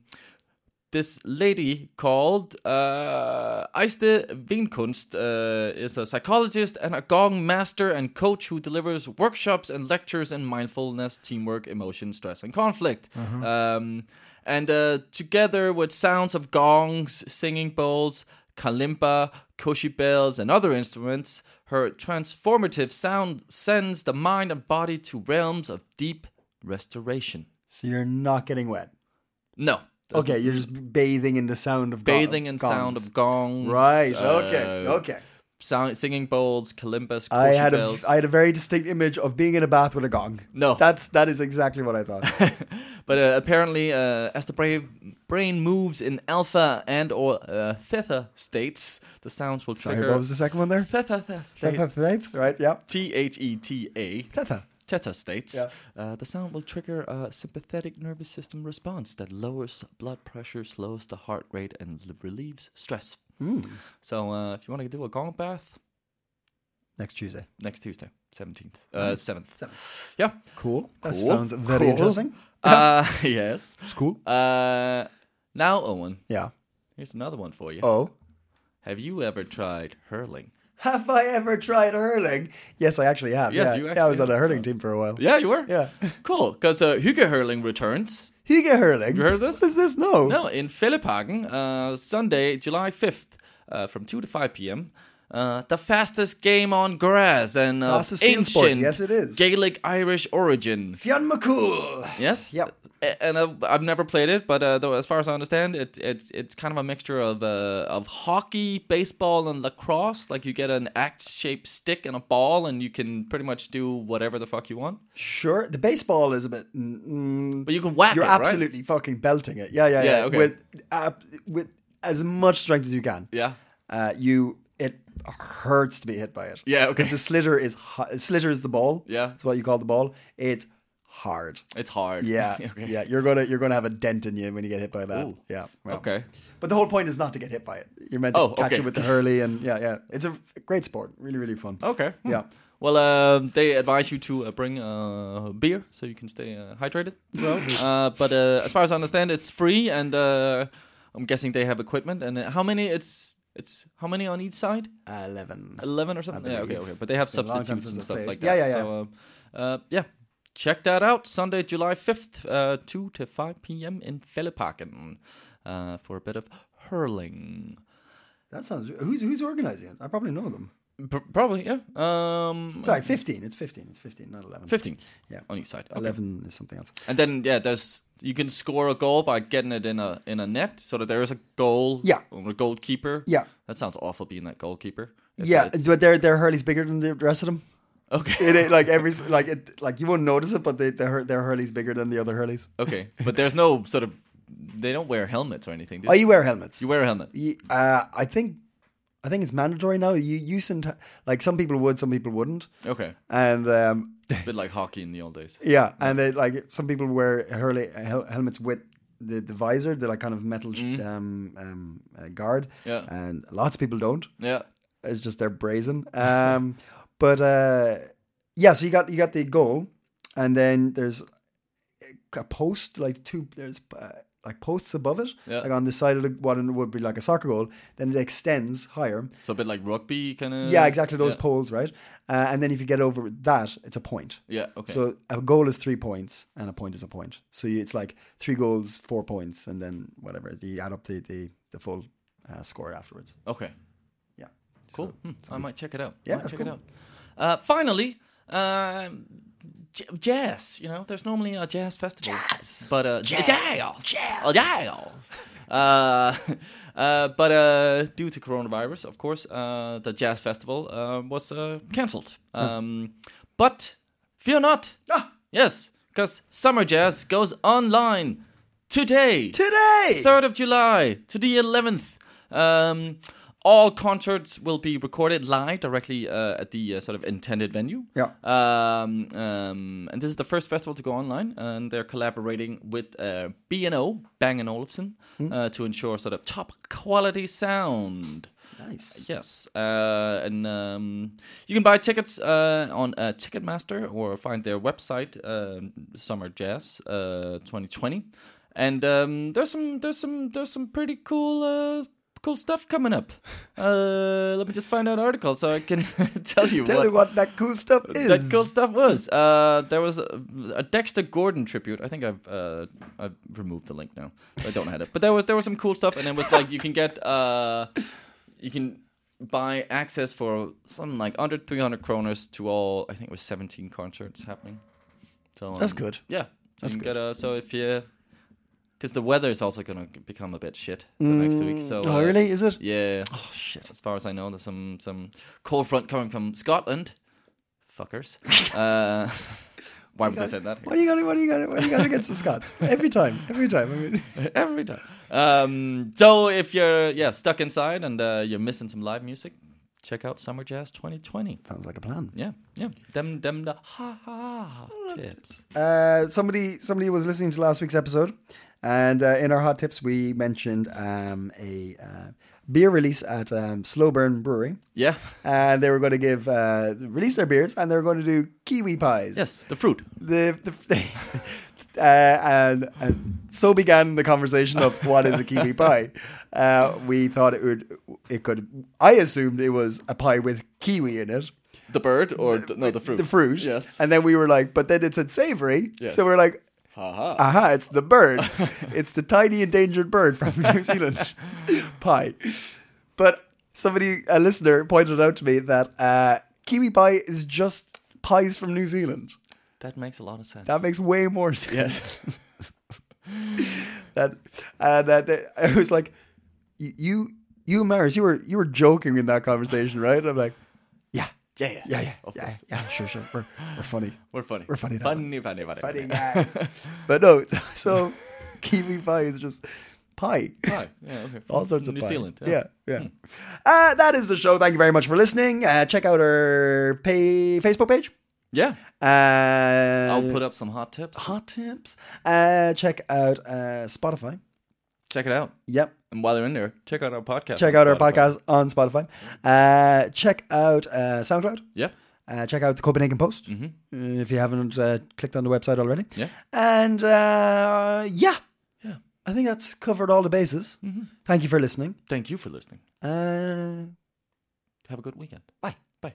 [SPEAKER 2] this lady called uh, Eiste Wienkunst uh, is a psychologist and a gong master and coach who delivers workshops and lectures in mindfulness, teamwork, emotion, stress, and conflict. Um, and uh, together with sounds of gongs, singing bowls, kalimba, koshi bells, and other instruments, her transformative sound sends the mind and body to realms of deep restoration.
[SPEAKER 3] So you're not getting wet.
[SPEAKER 2] No.
[SPEAKER 3] okay, you're just bathing in the sound of gong-
[SPEAKER 2] bathing in sound
[SPEAKER 3] gongs.
[SPEAKER 2] of gongs.
[SPEAKER 3] Right.
[SPEAKER 2] uh,
[SPEAKER 3] okay. Okay.
[SPEAKER 2] Sound, singing bowls, kalimbas,
[SPEAKER 3] I had a
[SPEAKER 2] bells.
[SPEAKER 3] I had a very distinct image of being in a bath with a gong.
[SPEAKER 2] No.
[SPEAKER 3] That's that is exactly what I thought.
[SPEAKER 2] but uh, apparently, uh, as the brain, brain moves in alpha and or uh, theta states, the sounds will
[SPEAKER 3] Sorry,
[SPEAKER 2] trigger
[SPEAKER 3] what was the second one there?
[SPEAKER 2] theta, theta state.
[SPEAKER 3] Right, yeah.
[SPEAKER 2] T H E T A.
[SPEAKER 3] Theta.
[SPEAKER 2] Theta states
[SPEAKER 3] Yeah.
[SPEAKER 2] uh, the sound will trigger a sympathetic nervous system response that lowers blood pressure, slows the heart rate, and l- relieves stress.
[SPEAKER 3] Hmm.
[SPEAKER 2] So, uh, if you want to do a gong bath,
[SPEAKER 3] Next Tuesday.
[SPEAKER 2] next Tuesday, seventeenth, uh, seventh. Yeah.
[SPEAKER 3] Cool. That
[SPEAKER 2] Cool.
[SPEAKER 3] sounds very
[SPEAKER 2] Cool.
[SPEAKER 3] interesting.
[SPEAKER 2] Uh, yes.
[SPEAKER 3] It's cool.
[SPEAKER 2] Uh, now, Owen,
[SPEAKER 3] Yeah.
[SPEAKER 2] here's another one for you.
[SPEAKER 3] Oh.
[SPEAKER 2] Have you ever tried hurling?
[SPEAKER 3] Have I ever tried hurling? Yes, I actually have.
[SPEAKER 2] Yes,
[SPEAKER 3] yeah.
[SPEAKER 2] you
[SPEAKER 3] yeah, I
[SPEAKER 2] actually
[SPEAKER 3] was on a
[SPEAKER 2] have.
[SPEAKER 3] hurling team for a while.
[SPEAKER 2] Yeah, you were.
[SPEAKER 3] Yeah.
[SPEAKER 2] Cool, because uh, Hugo hurling returns.
[SPEAKER 3] Hygge hurling.
[SPEAKER 2] You heard of this?
[SPEAKER 3] What is this? No.
[SPEAKER 2] No, in Philiphagen, uh, Sunday, July 5th, uh, from 2 to 5 p.m. Uh, the fastest game on grass and uh,
[SPEAKER 3] Fastest field
[SPEAKER 2] ancient
[SPEAKER 3] sport. Yes, it is.
[SPEAKER 2] Gaelic Irish origin.
[SPEAKER 3] Fionn McCool.
[SPEAKER 2] Yes.
[SPEAKER 3] Yep.
[SPEAKER 2] A- And I've, I've never played it, but uh, though as far as I understand, it, it it's kind of a mixture of uh, of hockey, baseball, and lacrosse. Like you get an axe shaped stick and a ball, and you can pretty much do whatever the fuck you want.
[SPEAKER 3] Sure. The baseball is a bit. Mm,
[SPEAKER 2] But you can whack
[SPEAKER 3] you're
[SPEAKER 2] it, right?
[SPEAKER 3] absolutely fucking belting it. Yeah, yeah, yeah.
[SPEAKER 2] Yeah, okay.
[SPEAKER 3] With uh, with as much strength as you can.
[SPEAKER 2] Yeah.
[SPEAKER 3] Uh, you it hurts to be hit by it.
[SPEAKER 2] Yeah, okay.
[SPEAKER 3] 'Cause The slitter is hi- slitter is the ball.
[SPEAKER 2] Yeah.
[SPEAKER 3] That's what you call the ball. It's hard.
[SPEAKER 2] It's hard.
[SPEAKER 3] Yeah,
[SPEAKER 2] Okay.
[SPEAKER 3] yeah. You're gonna you're gonna have a dent in you when you get hit by that.
[SPEAKER 2] Ooh.
[SPEAKER 3] Yeah. well.
[SPEAKER 2] Okay.
[SPEAKER 3] But the whole point is not to get hit by it. You're meant to
[SPEAKER 2] Oh,
[SPEAKER 3] catch
[SPEAKER 2] okay.
[SPEAKER 3] it with the hurley, and yeah, yeah. It's a great sport. Really, really fun.
[SPEAKER 2] Okay. hmm.
[SPEAKER 3] Yeah.
[SPEAKER 2] Well, um, they advise you to uh, bring uh, beer so you can stay uh, hydrated. uh, but uh, as far as I understand, it's free, and uh, I'm guessing they have equipment. And uh, how many? It's it's how many on each side?
[SPEAKER 3] Eleven.
[SPEAKER 2] Eleven or something? Yeah. Okay.
[SPEAKER 3] believe.
[SPEAKER 2] Okay. But they have
[SPEAKER 3] been a long time
[SPEAKER 2] substitutes
[SPEAKER 3] since
[SPEAKER 2] and
[SPEAKER 3] I've played.
[SPEAKER 2] stuff like
[SPEAKER 3] Yeah,
[SPEAKER 2] that.
[SPEAKER 3] yeah, yeah.
[SPEAKER 2] So, um, uh, yeah. Check that out. Sunday, July fifth, uh, two to five p.m. in Felipaken, uh for a bit of hurling.
[SPEAKER 3] That sounds. Who's who's organizing it? I probably know them.
[SPEAKER 2] P- probably, yeah. Um,
[SPEAKER 3] Sorry, fifteen. It's fifteen. It's fifteen, not eleven.
[SPEAKER 2] fifteen.
[SPEAKER 3] Yeah.
[SPEAKER 2] on each side. Okay.
[SPEAKER 3] Eleven is something else.
[SPEAKER 2] And then yeah, there's you can score a goal by getting it in a in a net, so that there is a goal.
[SPEAKER 3] Yeah.
[SPEAKER 2] or a goalkeeper.
[SPEAKER 3] Yeah.
[SPEAKER 2] that sounds awful being that goalkeeper. If
[SPEAKER 3] Yeah,
[SPEAKER 2] it's-
[SPEAKER 3] but their their hurley's bigger than the rest of them.
[SPEAKER 2] okay,
[SPEAKER 3] It, ain't like every s- like it like you won't notice it, but they, their hur- their hurley's bigger than the other hurleys.
[SPEAKER 2] okay, but there's no sort of they don't wear helmets or anything. Do
[SPEAKER 3] Oh,
[SPEAKER 2] they?
[SPEAKER 3] you wear helmets.
[SPEAKER 2] You wear a helmet.
[SPEAKER 3] Ye- uh, I think I think it's mandatory now. You you sent like some people would, some people wouldn't,
[SPEAKER 2] Okay,
[SPEAKER 3] and um,
[SPEAKER 2] a bit like hockey in the old days.
[SPEAKER 3] yeah, and they like some people wear hurley hel- helmets with. The, the visor, the like kind of metal um, um, uh, guard,
[SPEAKER 2] Mm-hmm. Yeah.
[SPEAKER 3] and lots of people don't.
[SPEAKER 2] Yeah,
[SPEAKER 3] It's just they're brazen. Um, but uh, yeah, so you got you got the goal, and then there's a post like two there's uh, like posts above it,
[SPEAKER 2] Yeah.
[SPEAKER 3] like on the side of the, what would be like a soccer goal. Then it extends higher.
[SPEAKER 2] so a bit like rugby kind of.
[SPEAKER 3] yeah, exactly those
[SPEAKER 2] yeah.
[SPEAKER 3] poles, right? Uh, and then if you get over that, it's a point.
[SPEAKER 2] Yeah, okay.
[SPEAKER 3] So a goal is three points, and a point is a point. So you, it's like three goals, four points, and then whatever you add up the the, the full uh, score afterwards.
[SPEAKER 2] Okay,
[SPEAKER 3] Yeah.
[SPEAKER 2] cool. Hmm, I might check it out.
[SPEAKER 3] Yeah,
[SPEAKER 2] Might
[SPEAKER 3] that's
[SPEAKER 2] check it
[SPEAKER 3] cool.
[SPEAKER 2] out. Uh, finally, um, j- jazz. You know, there's normally a jazz festival. Jazz, but uh, jazz, jazz, Oh, jazz. Uh, uh, but uh, due to coronavirus, of course, uh, the jazz festival uh, was uh, cancelled. Um, But fear not.
[SPEAKER 3] Ah!
[SPEAKER 2] Yes, because summer jazz goes online today.
[SPEAKER 3] Today.
[SPEAKER 2] 3rd of July to the 11th. Um, all concerts will be recorded live directly uh, at the uh, sort of intended venue.
[SPEAKER 3] Yeah.
[SPEAKER 2] Um, um, and this is the first festival to go online, and they're collaborating with uh, B&O, Bang & Olufsen, uh, to ensure sort of top quality sound.
[SPEAKER 3] Nice.
[SPEAKER 2] Yes, uh, and um, you can buy tickets uh, on uh, Ticketmaster or find their website, um Summer Jazz uh, 2020. And um, there's some there's some there's some pretty cool uh, cool stuff coming up. Uh, let me just find out an article so I can tell you
[SPEAKER 3] Tell
[SPEAKER 2] what
[SPEAKER 3] me what that cool stuff is.
[SPEAKER 2] that cool stuff was. Uh, there was a, a Dexter Gordon tribute. I think I've uh, I've removed the link now. I don't have it. But there was there was some cool stuff, and it was like you can get uh, you can buy access for something like 100, 300 kroners to all. I think it was seventeen concerts happening. So um,
[SPEAKER 3] That's good.
[SPEAKER 2] Yeah, so you can get uh, so if you because the weather is also gonna become a bit shit the next week. So
[SPEAKER 3] Oh,
[SPEAKER 2] uh,
[SPEAKER 3] really? Is it?
[SPEAKER 2] Yeah. Oh shit. As far as I know, there's some some cold front coming from Scotland. Fuckers. uh, why would they say that?
[SPEAKER 3] What do you got? What do you got? What do you got against the Scots? Every time. Every time. I mean,
[SPEAKER 2] Every time. Um, so if you're yeah stuck inside and uh, you're missing some live music, check out Summer Jazz 2020.
[SPEAKER 3] sounds like a plan.
[SPEAKER 2] Yeah, yeah. Them them the ha ha tips.
[SPEAKER 3] Uh, somebody, somebody was listening to last week's episode, and uh, in our hot tips, we mentioned um, a uh, beer release at um, Slow Burn Brewery,
[SPEAKER 2] Yeah.
[SPEAKER 3] and they were going to give uh, release their beers, and they were going to do kiwi pies.
[SPEAKER 2] Yes, the fruit.
[SPEAKER 3] the, the uh, and, and so began the conversation of what is a kiwi pie. Uh, we thought it would, it could. I assumed it was a pie with kiwi in it,
[SPEAKER 2] The bird or the, no the fruit.
[SPEAKER 3] the fruit.
[SPEAKER 2] Yes.
[SPEAKER 3] And then we were like, but then it said savory,
[SPEAKER 2] Yes.
[SPEAKER 3] so we're like,
[SPEAKER 2] Aha.
[SPEAKER 3] aha, it's the bird. it's the tiny endangered bird from New Zealand pie. But somebody, a listener, pointed out to me that uh, kiwi pie is just pies from New Zealand.
[SPEAKER 2] That makes a lot of sense.
[SPEAKER 3] That makes way more sense.
[SPEAKER 2] Yes.
[SPEAKER 3] that and that, that I was like, "Y- you, you, Maris, you were you were joking in that conversation, right? I'm like, yeah,
[SPEAKER 2] yeah, yeah,
[SPEAKER 3] yeah, yeah,
[SPEAKER 2] Of
[SPEAKER 3] yeah,
[SPEAKER 2] course.
[SPEAKER 3] yeah, sure, sure, we're, we're funny,
[SPEAKER 2] We're funny.
[SPEAKER 3] We're funny that
[SPEAKER 2] Funny, funny, funny,
[SPEAKER 3] funny guys. but no, so kiwi pie is just pie.
[SPEAKER 2] Hi. Yeah, okay.
[SPEAKER 3] All sorts of
[SPEAKER 2] New
[SPEAKER 3] pie.
[SPEAKER 2] Zealand. Hmm.
[SPEAKER 3] yeah, yeah. Uh, that is the show. Thank you very much for listening. Uh, check out our pay- Facebook page.
[SPEAKER 2] Yeah.
[SPEAKER 3] Uh,
[SPEAKER 2] I'll put up some hot tips.
[SPEAKER 3] hot tips. Uh, check out uh, Spotify.
[SPEAKER 2] Check it out.
[SPEAKER 3] Yep.
[SPEAKER 2] And while they're in there, check out our podcast.
[SPEAKER 3] Check
[SPEAKER 2] on
[SPEAKER 3] out our
[SPEAKER 2] Spotify.
[SPEAKER 3] podcast on Spotify. Uh, check out uh, SoundCloud.
[SPEAKER 2] Yeah.
[SPEAKER 3] Uh, check out the Copenhagen Post uh, if you haven't uh, clicked on the website already.
[SPEAKER 2] Mm-hmm. Yeah.
[SPEAKER 3] And uh, yeah. Yeah. I think that's covered all the bases.
[SPEAKER 2] Mm-hmm.
[SPEAKER 3] Thank you for listening.
[SPEAKER 2] Thank you for listening.
[SPEAKER 3] Uh,
[SPEAKER 2] Have a good weekend.
[SPEAKER 3] bye.
[SPEAKER 2] Bye.